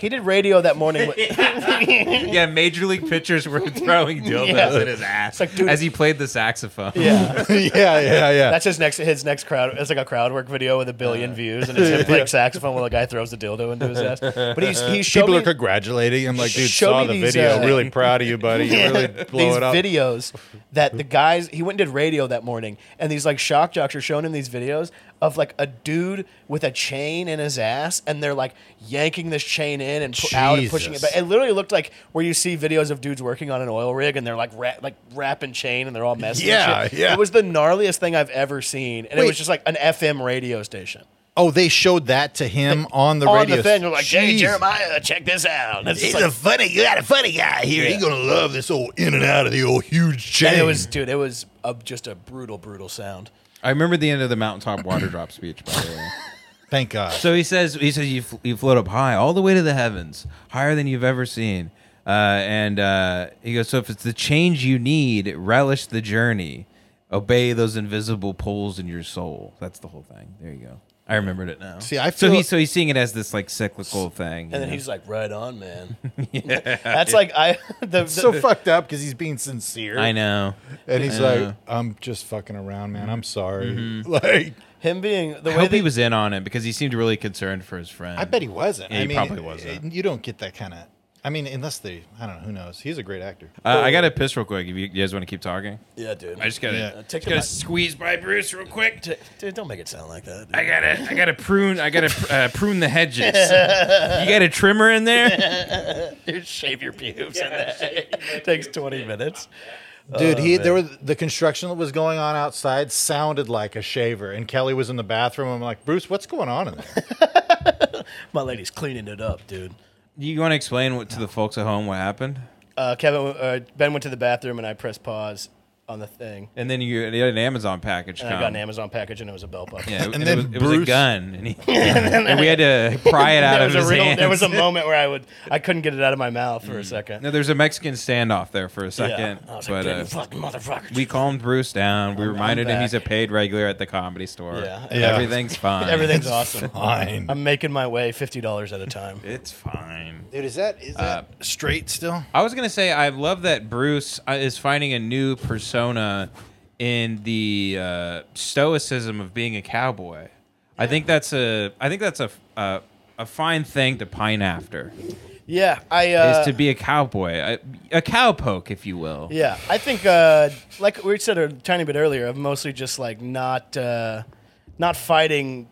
E: He did radio that morning. with-
D: Yeah, major league pitchers were throwing dildos
E: Yeah.
D: at his ass
E: like, dude-
D: as he played the saxophone.
E: yeah,
C: yeah yeah yeah
E: that's his next. His next crowd. It's like a crowd work video with a
C: Uh.
E: billion views, and it's him playing saxophone while a guy throws a dildo into his ass. But he's he showed
C: People
E: me
C: are congratulating him, like, dude,
E: Show
C: saw
E: me
C: the
E: these,
C: video.
E: uh,
C: really proud of you, buddy. You really blow
E: these
C: it up.
E: videos that the guys he went and did radio that morning, and these like shock jocks are showing him these videos of like a dude with a chain in his ass, and they're like yanking this chain in and pu- out and pushing it
C: Jesus.
E: back. It literally looked like where you see videos of dudes working on an oil rig, and they're like ra- like wrapping chain, and they're all messy. and
C: Yeah,
E: shit.
C: yeah.
E: It was the gnarliest thing I've ever seen, and it
C: Wait.
E: was just like an FM radio station.
C: Oh, they showed that to him on the
E: On
C: radio.
E: the thing, they're like, "Hey,
C: Jeez.
E: Jeremiah, check this out." And it's just like-
C: funny. You got a funny guy here.
E: Yeah.
C: gonna love this old in and out of the old huge chain.
E: and it was, dude, it was a, just a brutal, brutal sound.
D: I remember the end of the mountaintop water drop speech, by the way.
C: Thank God.
D: So he says, he says, you, fl- you float up high, all the way to the heavens, higher than you've ever seen. Uh, and uh, he goes, so if it's the change you need, relish the journey, obey those invisible pulls in your soul. That's the whole thing. There you go. I remembered it now.
C: See, I
D: so
C: feel-
D: he's so he's seeing it as this like cyclical thing. you
E: And then
D: know?
E: he's like, "Right on, man." That's like I the, the
C: so fucked up because he's being sincere.
D: I know.
C: And he's
D: I know. Mm-hmm.
C: like, I'm just fucking around, man. I'm sorry. Like,
E: him being the
D: I
E: way
D: hope he
E: that,
D: was in on it because he seemed really concerned for his friend.
C: I bet he wasn't.
D: Yeah,
C: I
D: he
C: mean,
D: probably wasn't.
C: You don't get that kind of. I mean, unless they. I don't know. Who knows? He's a great actor.
D: Uh, I got to piss real quick. If you, you guys want to keep talking,
E: yeah, dude.
D: I just got to
C: Yeah. Uh,
D: just
E: take
D: gotta
E: the mic.
D: squeeze by Bruce real quick.
E: D- dude, don't make it sound like that. dude.
D: I gotta, I gotta prune, I gotta uh, prune the hedges. you got a trimmer in there?
E: Dude, shave your pubes. in that. Takes twenty minutes.
C: Dude,
D: Oh,
C: he there were the construction that was going on outside sounded like a shaver, and Kelly was in the bathroom. I'm like, Bruce, what's going on in there?
E: My lady's cleaning it up, dude.
D: You want to explain what, to the folks at home what happened?
E: Uh, Kevin, uh, Ben went to the bathroom, and I pressed pause on the thing,
D: And then you, you had an Amazon package.
E: and I got an Amazon package, and it was a bell pump.
D: Yeah, and,
C: then
D: then it was, it was a
C: Bruce-
D: gun, and, he, and we had to pry it out
E: There
D: of
E: was a
D: his
E: real,
D: hands. Mm.
E: there was a moment where I would I couldn't get it out of my mouth for a second.
D: no, there's a Mexican standoff there for a
E: Yeah.
D: second,
E: I was
D: but
E: like, "Dude,
D: uh,
E: fucking motherfucker.
D: we calmed Bruce down. We reminded him
E: back.
D: he's a paid regular at the comedy store.
E: Yeah.
C: Yeah.
D: everything's fine.
E: Everything's awesome.
C: Fine.
D: Um,
E: I'm making my way fifty dollars at a time.
D: it's fine.
C: Dude, is that is
E: Uh,
C: that straight still?
D: I was gonna say I love that Bruce uh, is finding a new persona in the uh, stoicism of being a cowboy. I think that's a I think that's a a, a fine thing to pine after
E: Yeah, I uh,
D: is to be a cowboy, a, a cowpoke, if you will.
E: Yeah, I think uh, like we said a tiny bit earlier, of mostly just like not uh, not fighting,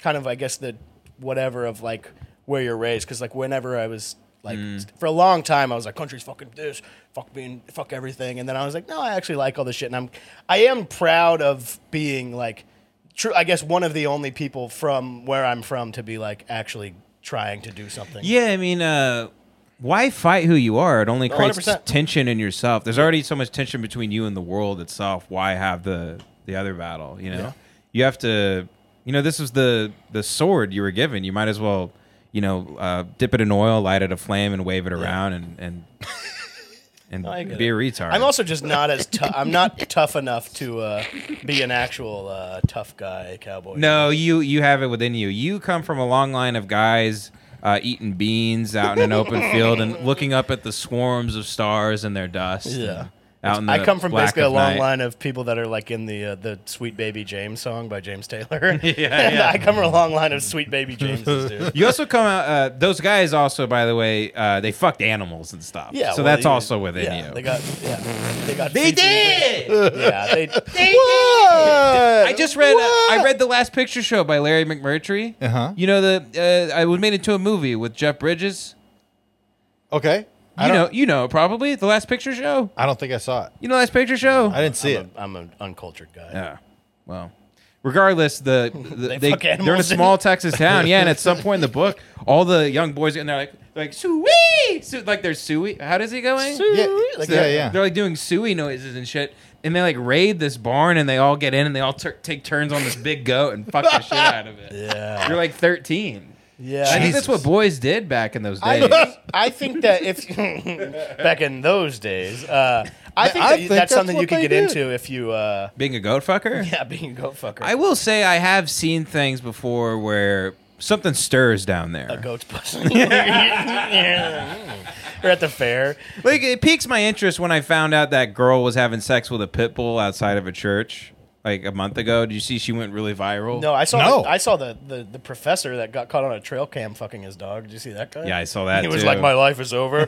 E: kind of I guess the whatever of like where you're raised. Because like whenever I was like
D: Hmm.
E: st- for a long time, I was like country's fucking this, fuck being fuck everything, and then I was like, no, I actually like all this shit, and I'm I am proud of being like true. I guess one of the only people from where I'm from to be like actually trying to do something.
D: Yeah, I mean, uh, why fight who you are? It only creates
E: 100%.
D: tension in yourself. There's already so much tension between you and the world itself. Why have the the other battle? You know, you have to. You know, this was the the sword you were given. You might as well, you know, uh, dip it in oil, light it a flame, and wave it around, and and and
E: I get
D: be
E: it.
D: a retard.
E: I'm also just not as tough. I'm not tough enough to uh, be an actual uh, tough guy cowboy.
D: No, you you have it within you. You come from a long line of guys uh, eating beans out in an open field and looking up at the swarms of stars and their dust.
E: Yeah.
D: Out in the
E: I come from
D: black
E: basically a
D: of
E: long
D: night.
E: line of people that are like in the uh, the Sweet Baby James song by James Taylor.
D: Yeah, yeah.
E: I come from a long line of Sweet Baby Jameses, dude.
D: You also come out. Uh, those guys also, by the way, uh, they fucked animals and stuff.
E: Yeah,
D: so
E: well,
D: that's
E: you-
D: also within
E: yeah,
D: you.
E: They got, yeah, they got.
D: They
E: features.
D: did.
E: Yeah, they.
D: I just read. Uh, I read the Last Picture Show by Larry McMurtry.
C: Uh-huh.
D: You know the. Uh, I was made into a movie with Jeff Bridges.
C: Okay. I
D: You
C: don't,
D: know, you know, probably the Last Picture Show.
C: I don't think I saw it.
D: You know, Last Picture Show.
C: I didn't see it.
E: I'm, a, I'm an uncultured guy.
D: Yeah. Well, regardless, the, the they,
E: fuck
D: they are in a
E: animals.
D: small Texas town. Yeah, and at some point in the book, all the young boys and they're like they're like suey, Su- like they're suey. How does he going?
C: Yeah,
E: Like,
C: yeah, yeah.
D: They're like doing suey noises and shit. And they like raid this barn and they all get in and they all tur take turns on this big goat and fuck the shit out of it.
E: Yeah.
D: You're like 13.
E: Yeah.
D: I think that's what boys did back in those days.
E: I, I think that if back in those days, uh, I think,
C: I
E: that
C: think
E: that's,
C: that's
E: something you
C: what
E: can
C: they
E: get
C: did.
E: into if you, uh,
D: Being a goat fucker?
E: yeah, being a goat fucker,
D: I will say I have seen things before where something stirs down there.
E: a goat person. We're at the fair.
D: Like it piques my interest when I found out that girl was having sex with a pit bull outside of a church like a month ago. Did you see she went really viral?
E: No, I saw.
C: No.
E: The, I saw the, the the professor that got caught on a trail cam fucking his dog. Did you see that guy?
D: Yeah, I saw that.
E: He was
D: too.
E: like, "My life is over."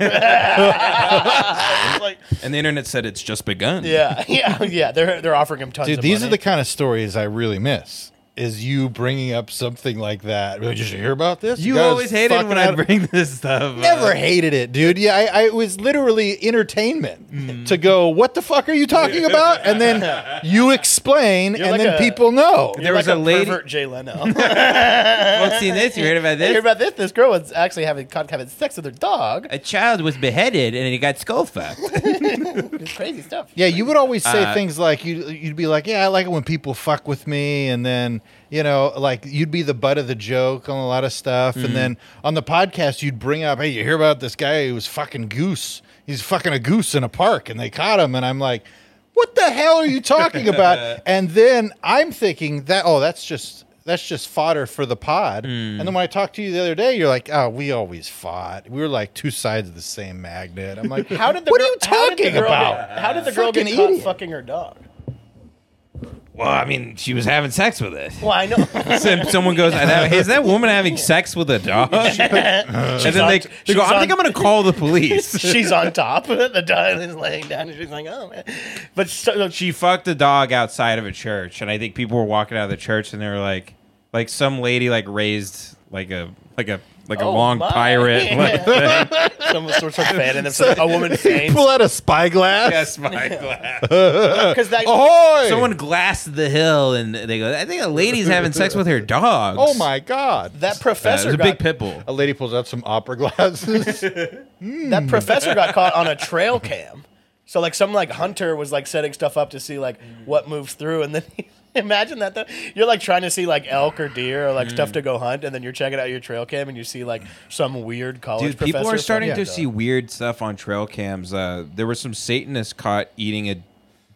E: It's like-
D: and the internet said it's just begun.
E: yeah, yeah, yeah. They're they're offering him tons.
C: Dude,
E: of
C: these
E: money.
C: are the kind of stories I really miss. Is you bringing up something like that? Did you hear about this?
D: You
C: guys
D: always hated
C: fucking
D: when
C: out
D: I
C: of-
D: bring this stuff. up.
C: Never hated it, dude. Yeah, I, I it was literally entertainment
D: Mm.
C: to go. What the fuck are you talking about? And then you explain, and
E: like
C: then
E: a-
C: people know.
E: You're
D: There was
E: like
D: a lady-
E: pervert Jay Leno.
D: I've seen this. You heard about
E: I hear
D: this?
E: about this. This girl was actually having caught having sex with her dog.
D: A child was beheaded and he got skull fucked.
E: It's crazy stuff.
C: Yeah, you would always say
D: Uh,
C: things like you you'd be like, "Yeah, I like it when people fuck with me," and then you know, like you'd be the butt of the joke on a lot of stuff, and then
E: Mm-hmm.
C: on the podcast you'd bring up, "Hey, you hear about this guy who was fucking goose? He's fucking a goose in a park, and they caught him." And I'm like, "What the hell are you talking about?" and then I'm thinking that, "Oh, that's just." That's just fodder for the pod. And
E: Mm.
C: then when I talked to you the other day, you're like, "Oh, we always fought. We were like two sides of the same magnet." I'm like,
E: How did the
C: What
E: girl,
C: are you
E: how did the
C: talking
E: girl
C: about?
E: Get, how did the girl get
C: Fucking
E: caught
C: idiot.
E: fucking her dog?
D: well, I mean, she was having sex with it.
E: Well, I know.
D: So someone goes, "Is that woman having sex with a dog?" and then they,
E: on-
D: they go,
E: she's
D: "I think I'm
E: on-
D: going to call the police."
E: she's on top. the dog is laying down, and she's like, "Oh." Man. But so,
D: she fucked a dog outside of a church, and I think people were walking out of the church, and they were like, like some lady like raised like a like a like a
E: Oh,
D: long
E: my.
D: pirate. Like,
E: some sort of fan, and then some- a woman faints
C: Pull out a spyglass.
D: yes, my glass.
E: because that.
C: Ahoy!
D: Someone glassed the hill, and they go, "I think a lady's having sex with her dog."
C: Oh my god!
E: that
D: Uh, it
E: professor
D: was a
E: got,
D: big pit bull.
C: A lady pulls out some opera glasses.
E: that professor got caught on a trail cam. So like some like hunter was like setting stuff up to see like what moves through, and then imagine that though you're like trying to see like elk or deer or like
D: Hmm.
E: stuff to go hunt, and then you're checking out your trail cam and you see like some weird college.
D: Dude, people
E: professor
D: are starting
E: fucking
D: to
E: dog.
D: see weird stuff on trail cams. Uh, there were some Satanists caught eating a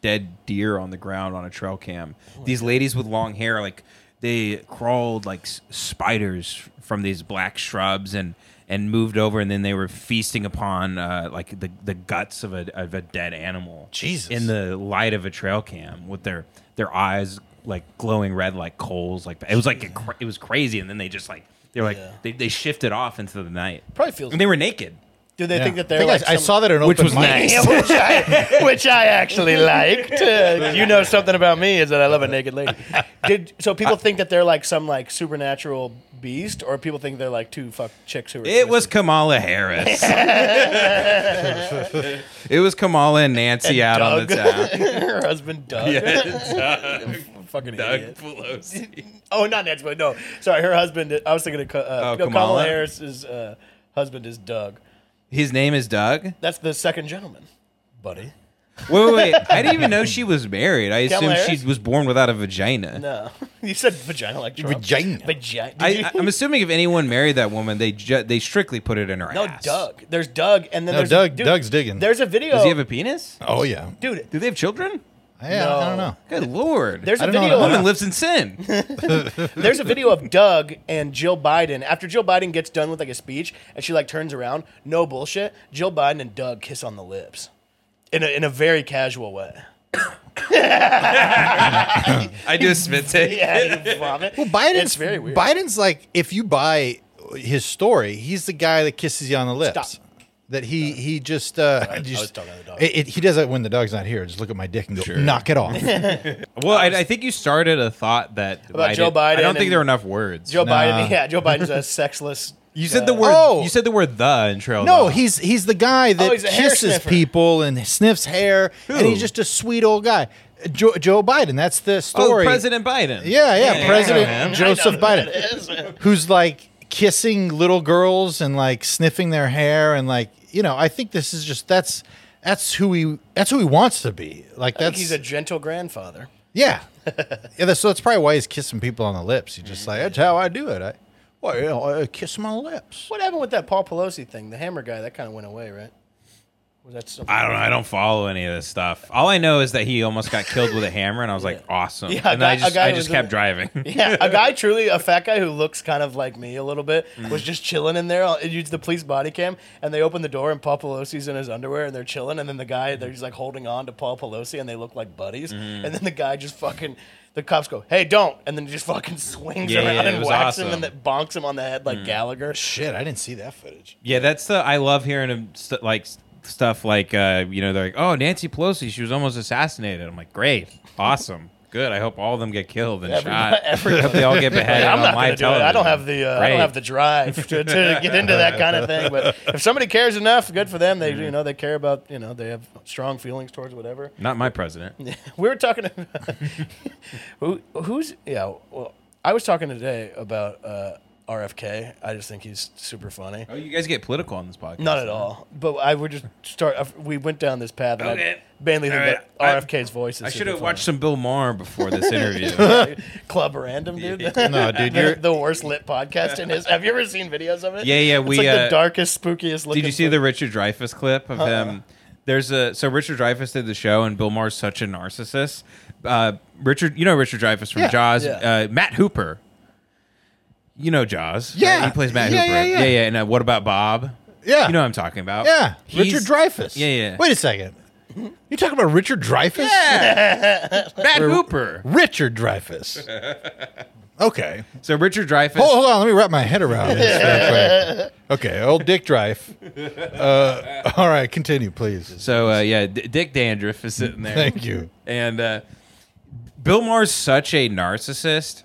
D: dead deer on the ground on a trail cam.
E: Oh,
D: these ladies with long hair, like they crawled like s- spiders from these black shrubs and and moved over, and then they were feasting upon uh, like the, the guts of a, of a dead animal.
C: Jesus.
D: In the light of a trail cam, with their their eyes like glowing red like coals. Like it was like a cra- it was crazy, and then they just like they were like
E: Yeah.
D: they, they shifted off into the night.
E: Probably feels-
D: And they were naked.
E: Do they
C: Yeah.
E: think that they're
C: I,
E: like
C: I, I
E: some-
C: saw that in
D: Which
C: open
D: was
C: mic.
D: nice.
E: which I which I actually liked. Uh, you know something about me is that I love a naked lady. Did so people think that they're like some like supernatural beast, or people think they're like two fuck chicks who are.
D: It was Kamala Harris. it was Kamala and Nancy out on the town.
E: her husband Doug. Fucking idiot. Oh, not Nancy, but no. Sorry, her husband. I was thinking of Ka- uh,
D: Oh,
E: no, Kamala
D: Kamala?
E: Harris's uh, husband is Doug.
D: His name is Doug. Wait,
E: That's the second gentleman, buddy.
D: wait, wait. I didn't even know she was married. I assumed
E: Kamala Harris?
D: she was born without a vagina.
E: No, you said vagina like Trump.
C: Vagina.
E: Vagina. Did you-
D: I, I'm assuming if anyone married that woman, they ju- they strictly put it in her
E: no,
D: ass.
E: Doug. There's Doug, and then
C: No,
E: there's
C: Doug.
E: dude,
C: Doug's digging.
E: There's a video.
D: Does he have a penis?
C: oh yeah.
E: dude?
D: Do they have children?
C: Yeah, I don't know.
D: Good lord.
E: There's
C: I
E: a
C: don't know
E: video.
C: that.
D: woman
E: Of,
D: lives in sin.
E: there's a video of Doug and Jill Biden after Jill Biden gets done with like a speech, and she like turns around. No bullshit. Jill Biden and Doug kiss on the lips, in a in a very casual way.
D: I do a spit take.
E: Yeah, you vomit.
C: Well, Biden's
E: It's very weird.
C: Biden's like if you buy his story, he's the guy that kisses you on the lips.
E: Stop.
C: That he he just uh just,
E: talking to the dog.
C: It, it- he does it when the dog's not here. Just look at my dick and go knock it off.
D: Well, I, I think you started a thought that I
E: Joe
D: didn't- I
E: Biden
D: don't think
E: and-
D: there were enough words.
E: Joe
C: Nah.
E: Biden. Yeah, Joe Biden's a sexless.
D: you said the word.
C: Oh.
D: You said the word the in trail.
C: no,
D: dog.
C: he's he's the guy that
E: Oh, he's a hair
C: kisses
E: sniffer.
C: people and sniffs hair, and he's just a sweet old guy. Joe, Joe Biden. That's the story.
D: Oh, President Biden.
C: Yeah, yeah, President
D: I know him.
C: Joseph Biden. who's like kissing little girls and like sniffing their hair and like you know i think this is just that's that's who he that's who he wants to be like
E: I think
C: that's
E: he's a gentle grandfather.
C: yeah yeah that's, so that's probably why he's kissing people on the lips he's just like that's how i do it i well you know, I kiss my lips
E: What happened with that Paul Pelosi thing? The hammer guy that kind of went away, right? Was that something?
D: I don't know. I don't follow any of this stuff. All I know is that he almost got killed with a hammer, and I was like, awesome.
E: Yeah, a
D: and then
E: guy-
D: I
E: a
D: just,
E: guy
D: I
E: was
D: just
E: in
D: kept
E: it.
D: driving.
E: Yeah, a guy truly, a fat guy who looks kind of like me a little bit,
D: Mm-hmm.
E: was just chilling in there. It used the police body cam, and they opened the door, and Paul Pelosi's in his underwear, and they're chilling. And then the guy,
D: Mm-hmm.
E: they're just like holding on to Paul Pelosi, and they look like buddies. And then the guy just fucking, the cops go, "Hey, don't!" And then he just fucking swings
D: Yeah,
E: around
D: yeah, it
E: and
D: was
E: whacks him, and
D: awesome. Mm.
E: then bonks him on the head like Gallagher.
C: shit i didn't see that footage
D: yeah, that's the. I love hearing him st- like s- stuff like uh, you know they're like, oh, Nancy Pelosi, she was almost assassinated. I'm like, great, awesome, good. I hope all of them get killed and
E: Everybody-
D: shot. I hope they all get beheaded
E: I'm
D: on
E: not
D: live
E: going to do it. I don't
D: television.
E: have the uh, I
D: Great.
E: don't have the drive to, to get into that kind of thing. But if somebody cares enough, good for them. They you
D: Mm-hmm.
E: know they care about you know they have strong feelings towards whatever.
D: Not my president.
E: We were talking about who, who's yeah. Well, I was talking today about uh, RFK. I just think he's super funny.
D: Oh, you guys get political on this podcast?
E: Not at all. But I would just start. We went down this path. And
D: Okay.
E: I mainly think
D: All right. I-
E: that RFK's voice is.
D: I should
E: super
D: have
E: funny.
D: watched some Bill Maher before this interview.
E: Club Random, dude.
C: no dude you're
E: the, the worst lit podcast in his. Have you ever seen videos of it?
D: Yeah, yeah,
E: It's
D: we,
E: like the
D: uh,
E: darkest, spookiest. Looking
D: Did you see the Richard Dreyfuss clip of him? There's a so Richard Dreyfuss did the show, and Bill Maher's such a narcissist. Uh, Richard, you know Richard Dreyfuss from
C: Yeah.
D: Jaws.
E: Yeah.
D: Uh, Matt Hooper, you know Jaws. right?
C: Yeah.
D: he plays Matt
C: Yeah,
D: Hooper.
C: yeah, yeah.
D: And uh, what about Bob?
C: Yeah.
D: you know what I'm talking about.
C: yeah
D: He's-
C: richard dreyfuss
D: Yeah, yeah.
C: wait a second you talking about richard dreyfuss
D: Yeah. Matt Hooper.
C: richard dreyfuss okay
D: So Richard Dreyfuss.
C: Hold, hold on, let me wrap my head around this real quick. Okay, old Dick Drive. Uh, all right, continue, please.
D: So uh, yeah, D- Dick Dandruff is sitting there.
C: Thank you.
D: And uh, Bill Maher's such a narcissist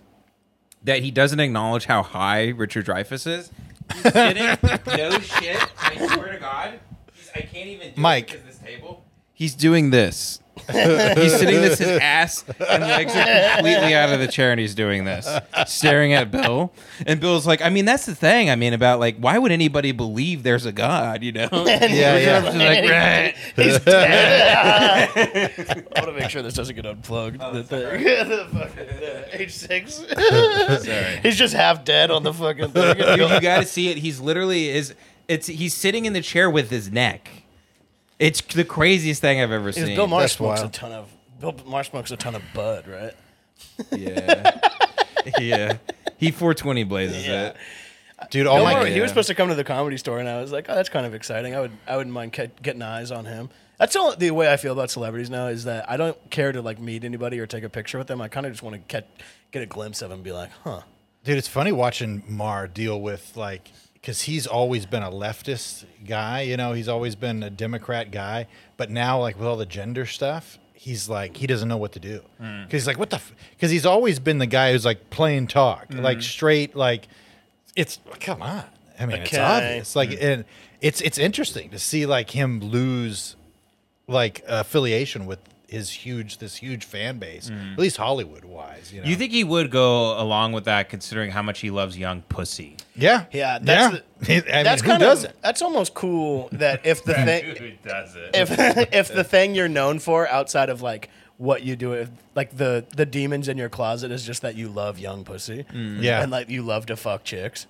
D: that he doesn't acknowledge how high Richard Dreyfuss is. He's sitting, no shit. I swear to God, he's, I can't even. Do
C: Mike.
D: because this table. He's doing this. he's sitting this. His ass and legs are completely out of the chair, and he's doing this, staring at Bill. And Bill's like, I mean, that's the thing. I mean, about like, why would anybody believe there's a God? You know?
C: Yeah, yeah.
D: He's like, right.
E: He's dead. I want to make sure this doesn't get unplugged. the thing. the fucking uh, H6. He's just half dead on the fucking thing.
D: Dude, you got to see it. He's literally is. It's he's sitting in the chair with his neck. It's the craziest thing I've ever seen.
E: Bill Maher
C: That's
E: smokes
C: wild.
E: a ton of Bill Maher smokes a ton of bud, right?
D: yeah, yeah. He 420 blazes it.
C: dude. All
E: Don't
C: my
E: worry, he was supposed to come to the comedy store, and I was like, "Oh, that's kind of exciting. I would, I wouldn't mind ca- getting eyes on him." That's the, only, the way I feel about celebrities now is that I don't care to like meet anybody or take a picture with them. I kind of just want to catch, get a glimpse of him and be like, "Huh."
C: Dude, it's funny watching Mar deal with like because he's always been a leftist guy, you know, he's always been a Democrat guy, but now like with all the gender stuff, he's like he doesn't know what to do because he's like what the because he's always been the guy who's like plain talk, like straight, like it's come on. I mean, it's
E: Okay.
C: obvious. Like, and it's it's interesting to see like him lose like affiliation with his huge this huge fan base, at least Hollywood wise. You know,
D: You think he would go along with that, considering how much he loves young pussy?
C: Yeah.
E: Yeah, that's
C: yeah. I mean,
E: that's
C: who
E: kind of
C: doesn't?
E: that's almost cool. That if the thing,
D: does it?
E: if if the thing you're known for outside of like what you do, if, like the the demons in your closet is just that you love young pussy,
C: Mm. Yeah.
E: and like you love to fuck chicks.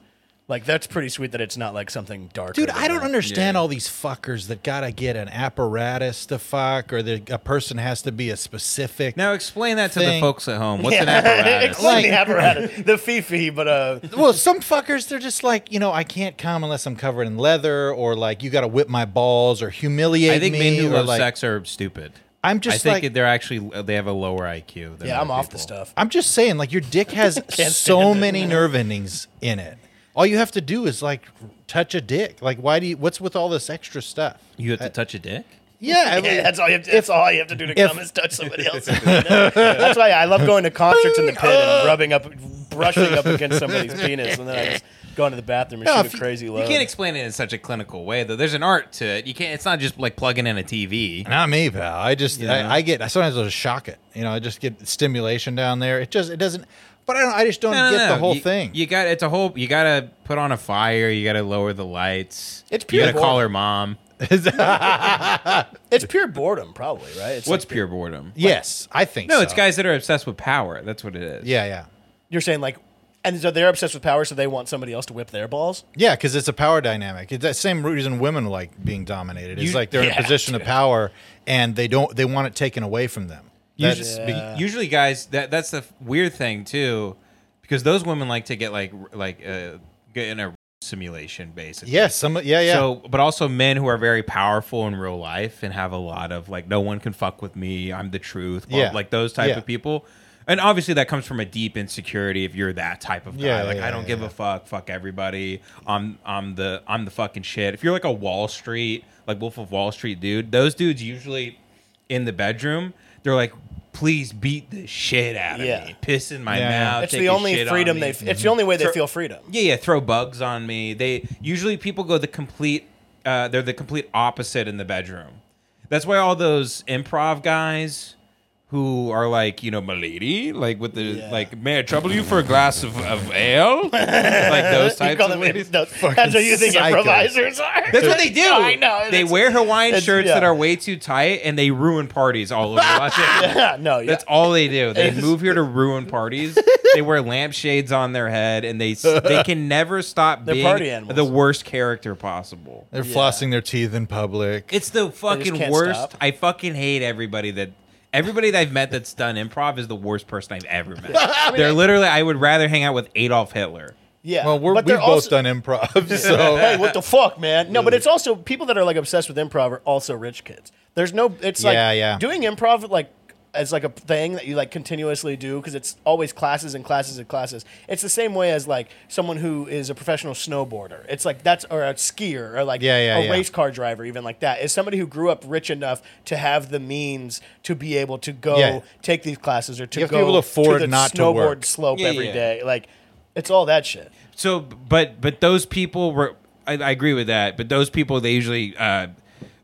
E: Like that's pretty sweet that it's not like something dark.
C: Dude, I don't understand all these fuckers that gotta get an apparatus to fuck, or that a person has to be a specific.
D: now explain that to the
C: Thing.
D: folks at home. What's an apparatus?
E: Explain the apparatus, the fifi, but uh,
C: well, some fuckers they're just like, you know, I can't come unless I'm covered in leather, or like you gotta whip my balls, or humiliate
D: I think
C: me,
D: men who
C: or
D: love
C: like,
D: sex are stupid.
C: I'm
D: I
C: just
D: think
C: like,
D: they're actually they have a lower IQ. Than
E: yeah, I'm
D: other
E: off the
D: people.
E: stuff.
C: I'm just saying, like your dick has so
E: stand it.
C: many nerve endings in it. All you have to do is like touch a dick. Like, why do you? What's with all this extra stuff?
D: You have to touch a dick.
C: Yeah, I mean-
E: Yeah, that's all you have to, that's all you have to do to
C: if-
E: come is touch somebody else. that's why I love going to concerts in the pit and rubbing up, brushing up against somebody's penis, and then I just go into the bathroom and
C: No,
E: shoot
C: if
E: a
C: you-
E: crazy
D: You
E: load.
D: can't explain it in such a clinical way, though. There's an art to it. You can't. It's not just like plugging in a TV.
C: Not me, pal. I just
D: Yeah.
C: I, I get I sometimes I'll just shock it. You know, I just get stimulation down there. It just it doesn't but I don't I just don't
D: No, no,
C: get
D: no.
C: the whole
D: You-
C: thing.
D: You got it's a whole. You got to put on a fire. You got to lower the lights.
E: It's
D: You got
E: pure
D: to call
E: boredom.
D: her mom.
E: It's pure boredom, probably, right? It's
D: What's
E: like-
D: pure boredom?
C: yes, I think
D: No,
C: so.
D: it's guys that are obsessed with power. That's what it is.
C: Yeah, yeah.
E: you're saying, like, and so they're obsessed with power, so they want somebody else to whip their balls.
C: Yeah, because it's a power dynamic. It's that same reason women like being dominated. It's
D: You-
C: like they're in
E: yeah,
C: a position of power and they don't they want it taken away from them. That's
D: Usually,
C: be-
E: Yeah.
D: usually guys. That that's the f- weird thing too, because those women like to get like r- like uh, get in a simulation basically.
C: yes, some yeah, yeah.
D: So, but also men who are very powerful in real life and have a lot of like, no one can fuck with me. I'm the truth. blah,
C: Yeah.
D: Like those type
C: Yeah.
D: of people. And obviously that comes from a deep insecurity if you're that type of guy.
C: Yeah,
D: like
C: yeah,
D: I don't
C: yeah,
D: give a fuck. Fuck everybody. I'm I'm the I'm the fucking shit. If you're like a Wall Street, like Wolf of Wall Street dude, those dudes usually in the bedroom, they're like, please beat the shit out of
E: Yeah.
D: me. Piss in my
C: Yeah, yeah.
D: mouth.
E: It's
D: take
E: the
D: a
E: only
D: shit on
E: freedom
D: me." Mm-hmm.
E: they. It's the only way they
D: Throw-
E: feel freedom.
D: Yeah, yeah. Throw bugs on me. They usually people go the complete. Uh, they're the complete opposite in the bedroom. That's why all those improv guys who are like, you know, milady, like with the
E: Yeah.
D: like, may I trouble you for a glass of, of ale? like those types
E: You call
D: of
E: them
D: ladies.
E: no, that's what you think
C: psychos.
E: improvisers are.
D: That's what they do.
E: I know.
D: They
E: that's-
D: wear Hawaiian
E: it's-
D: shirts that
E: yeah.
D: are way too tight and they ruin parties all over. Watch it.
E: Yeah, no, yeah.
D: That's all they do. They move here to ruin parties. they wear lampshades on their head, and they they can never stop
E: They're
D: being
E: party animals.
D: the worst character possible.
C: they're flossing their teeth in public.
D: It's the fucking
E: can't
D: worst.
E: stop.
D: I fucking hate everybody that. Everybody that I've met that's done improv is the worst person I've ever met. They're literally, I would rather hang out with Adolf Hitler.
E: yeah.
C: well, we're,
E: But
C: we've
E: they're
C: both
E: also-
C: done improv, so
E: hey, what the fuck, man? No, but it's also people that are like obsessed with improv are also rich kids. There's no, it's like
C: Yeah, yeah.
E: doing improv like as like a thing that you like continuously do because it's always classes and classes and classes. It's the same way as like someone who is a professional snowboarder. It's like that's or a skier or like
C: Yeah, yeah,
E: a
C: yeah.
E: race car driver, even like that. Is somebody who grew up rich enough to have the means to be able to go
C: Yeah.
E: take these classes or to
C: You have to
E: go
C: be able to afford
E: the
C: not to
E: snowboard
C: work.
E: slope
D: Yeah,
E: every day.
D: yeah.
E: Like it's all that shit.
D: So, but but those people were. I, I agree with that. But those people, they usually. Uh,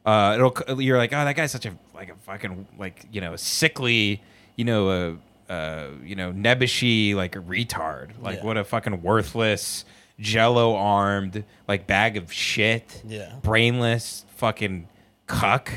D: uh, it'll. You're like, oh, that guy's such a like a fucking like you know sickly, you know, uh, uh, you know, nebbishy like a retard. Like
E: Yeah.
D: what a fucking worthless, jello armed like bag of shit.
E: Yeah.
D: Brainless fucking cuck.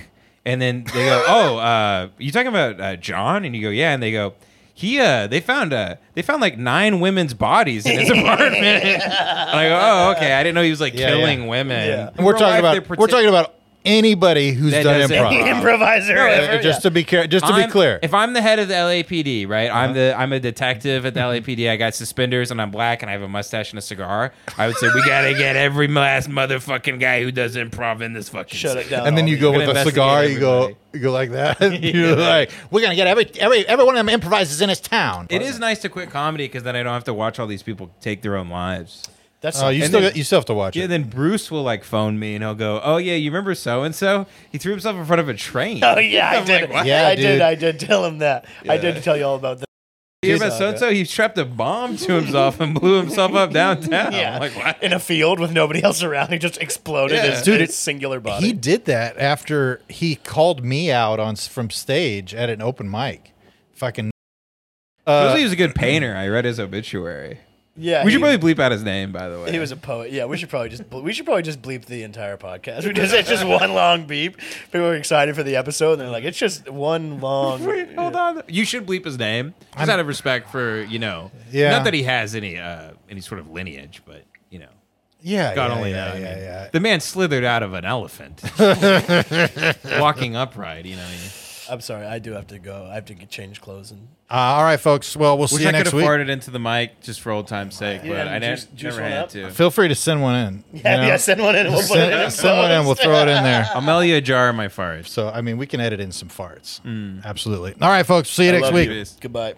D: And then they go, oh, uh, you talking about uh, John? And you go, yeah. And they go. He uh, they found uh, they found like nine women's bodies in his apartment. and I go, oh, okay. I didn't know he was like
C: Yeah,
D: killing
C: yeah.
D: women.
E: Yeah.
D: In
C: we're
D: real
C: talking
D: life,
C: about
D: they're
C: we're
D: protect-
C: talking about anybody who's
D: That
C: done
D: does it.
C: improv.
D: Any
E: improviser
C: Uh,
E: ever. yeah.
C: Just to be car- just to
D: I'm-
C: be clear, Uh-huh.
D: if I'm the head of the LAPD, right? I'm the I'm a detective at the
C: Mm-hmm.
D: LAPD. I got suspenders and I'm black and I have a mustache and a cigar. I would say we gotta get every last motherfucking guy who does improv in this fucking.
E: Shut it
D: city."
E: down.
C: and then you
E: Ollie.
C: go
D: You're
C: with
D: gonna
C: a cigar.
D: investigate
C: You go,
D: everybody.
C: you go like that. You're like, we're gonna get every every every one of them improvisers in his town.
D: It is nice to quit comedy because then I don't have to watch all these people take their own lives.
E: That's
C: Oh, you
D: And
C: still
D: then-
C: got, you still have to watch
D: Yeah,
C: it.
D: then Bruce will like phone me and he'll go, "Oh yeah, you remember so and so? He threw himself in front of a train.
E: Oh yeah, I did.
C: Yeah,
E: I
C: dude.
E: did. I did tell him that. I did tell you all about that.
D: you hear about so and so? He strapped a bomb to himself and blew himself up downtown.
E: Yeah,
D: I'm like what?
E: in a field with nobody else around, he just exploded
C: Yeah.
E: his,
C: Dude,
E: his
C: it-
E: singular
C: He
E: body.
C: did that after he called me out on s- from stage at an open mic. Fucking.
D: Supposedly
C: Uh,
D: he was a good painter. I read his obituary.
E: yeah,
D: We
E: he,
D: should probably bleep out his name, by the way.
E: he was a poet. Yeah, we should probably just ble- we should probably just bleep the entire podcast. We just it's just one long beep. People are excited for the episode, and they're like, it's just one long.
D: Wait, hold on. You should bleep his name. Just out of respect for you know,
C: Yeah.
D: Not that he has any uh any sort of lineage, but you know,
C: yeah,
D: God
C: yeah,
D: only
C: yeah,
D: knows.
C: yeah,
D: I mean,
C: yeah.
D: The man slithered out of an elephant, walking upright. You know,
E: I'm sorry, I do have to go. I have to get change clothes and
C: Uh, all right, folks. Well, we'll see
D: wish
C: you
D: I could
C: next
D: have
C: week.
D: farted into the mic just for old times' sake,
E: Yeah,
D: but I ne-
E: juice- juice
D: never
E: one
D: had
E: up.
D: to.
C: Feel free to send one in. you
E: yeah,
C: know?
E: yeah, send one in. and We'll put it in.
C: send,
E: his
C: send one in.
E: clothes.
C: We'll throw it in there.
D: I'll mail you a jar of my farts. Mm.
C: So I mean, we can edit in some farts. Absolutely. All right, folks. See you
E: I
C: next
E: love
C: week.
E: you. Goodbye.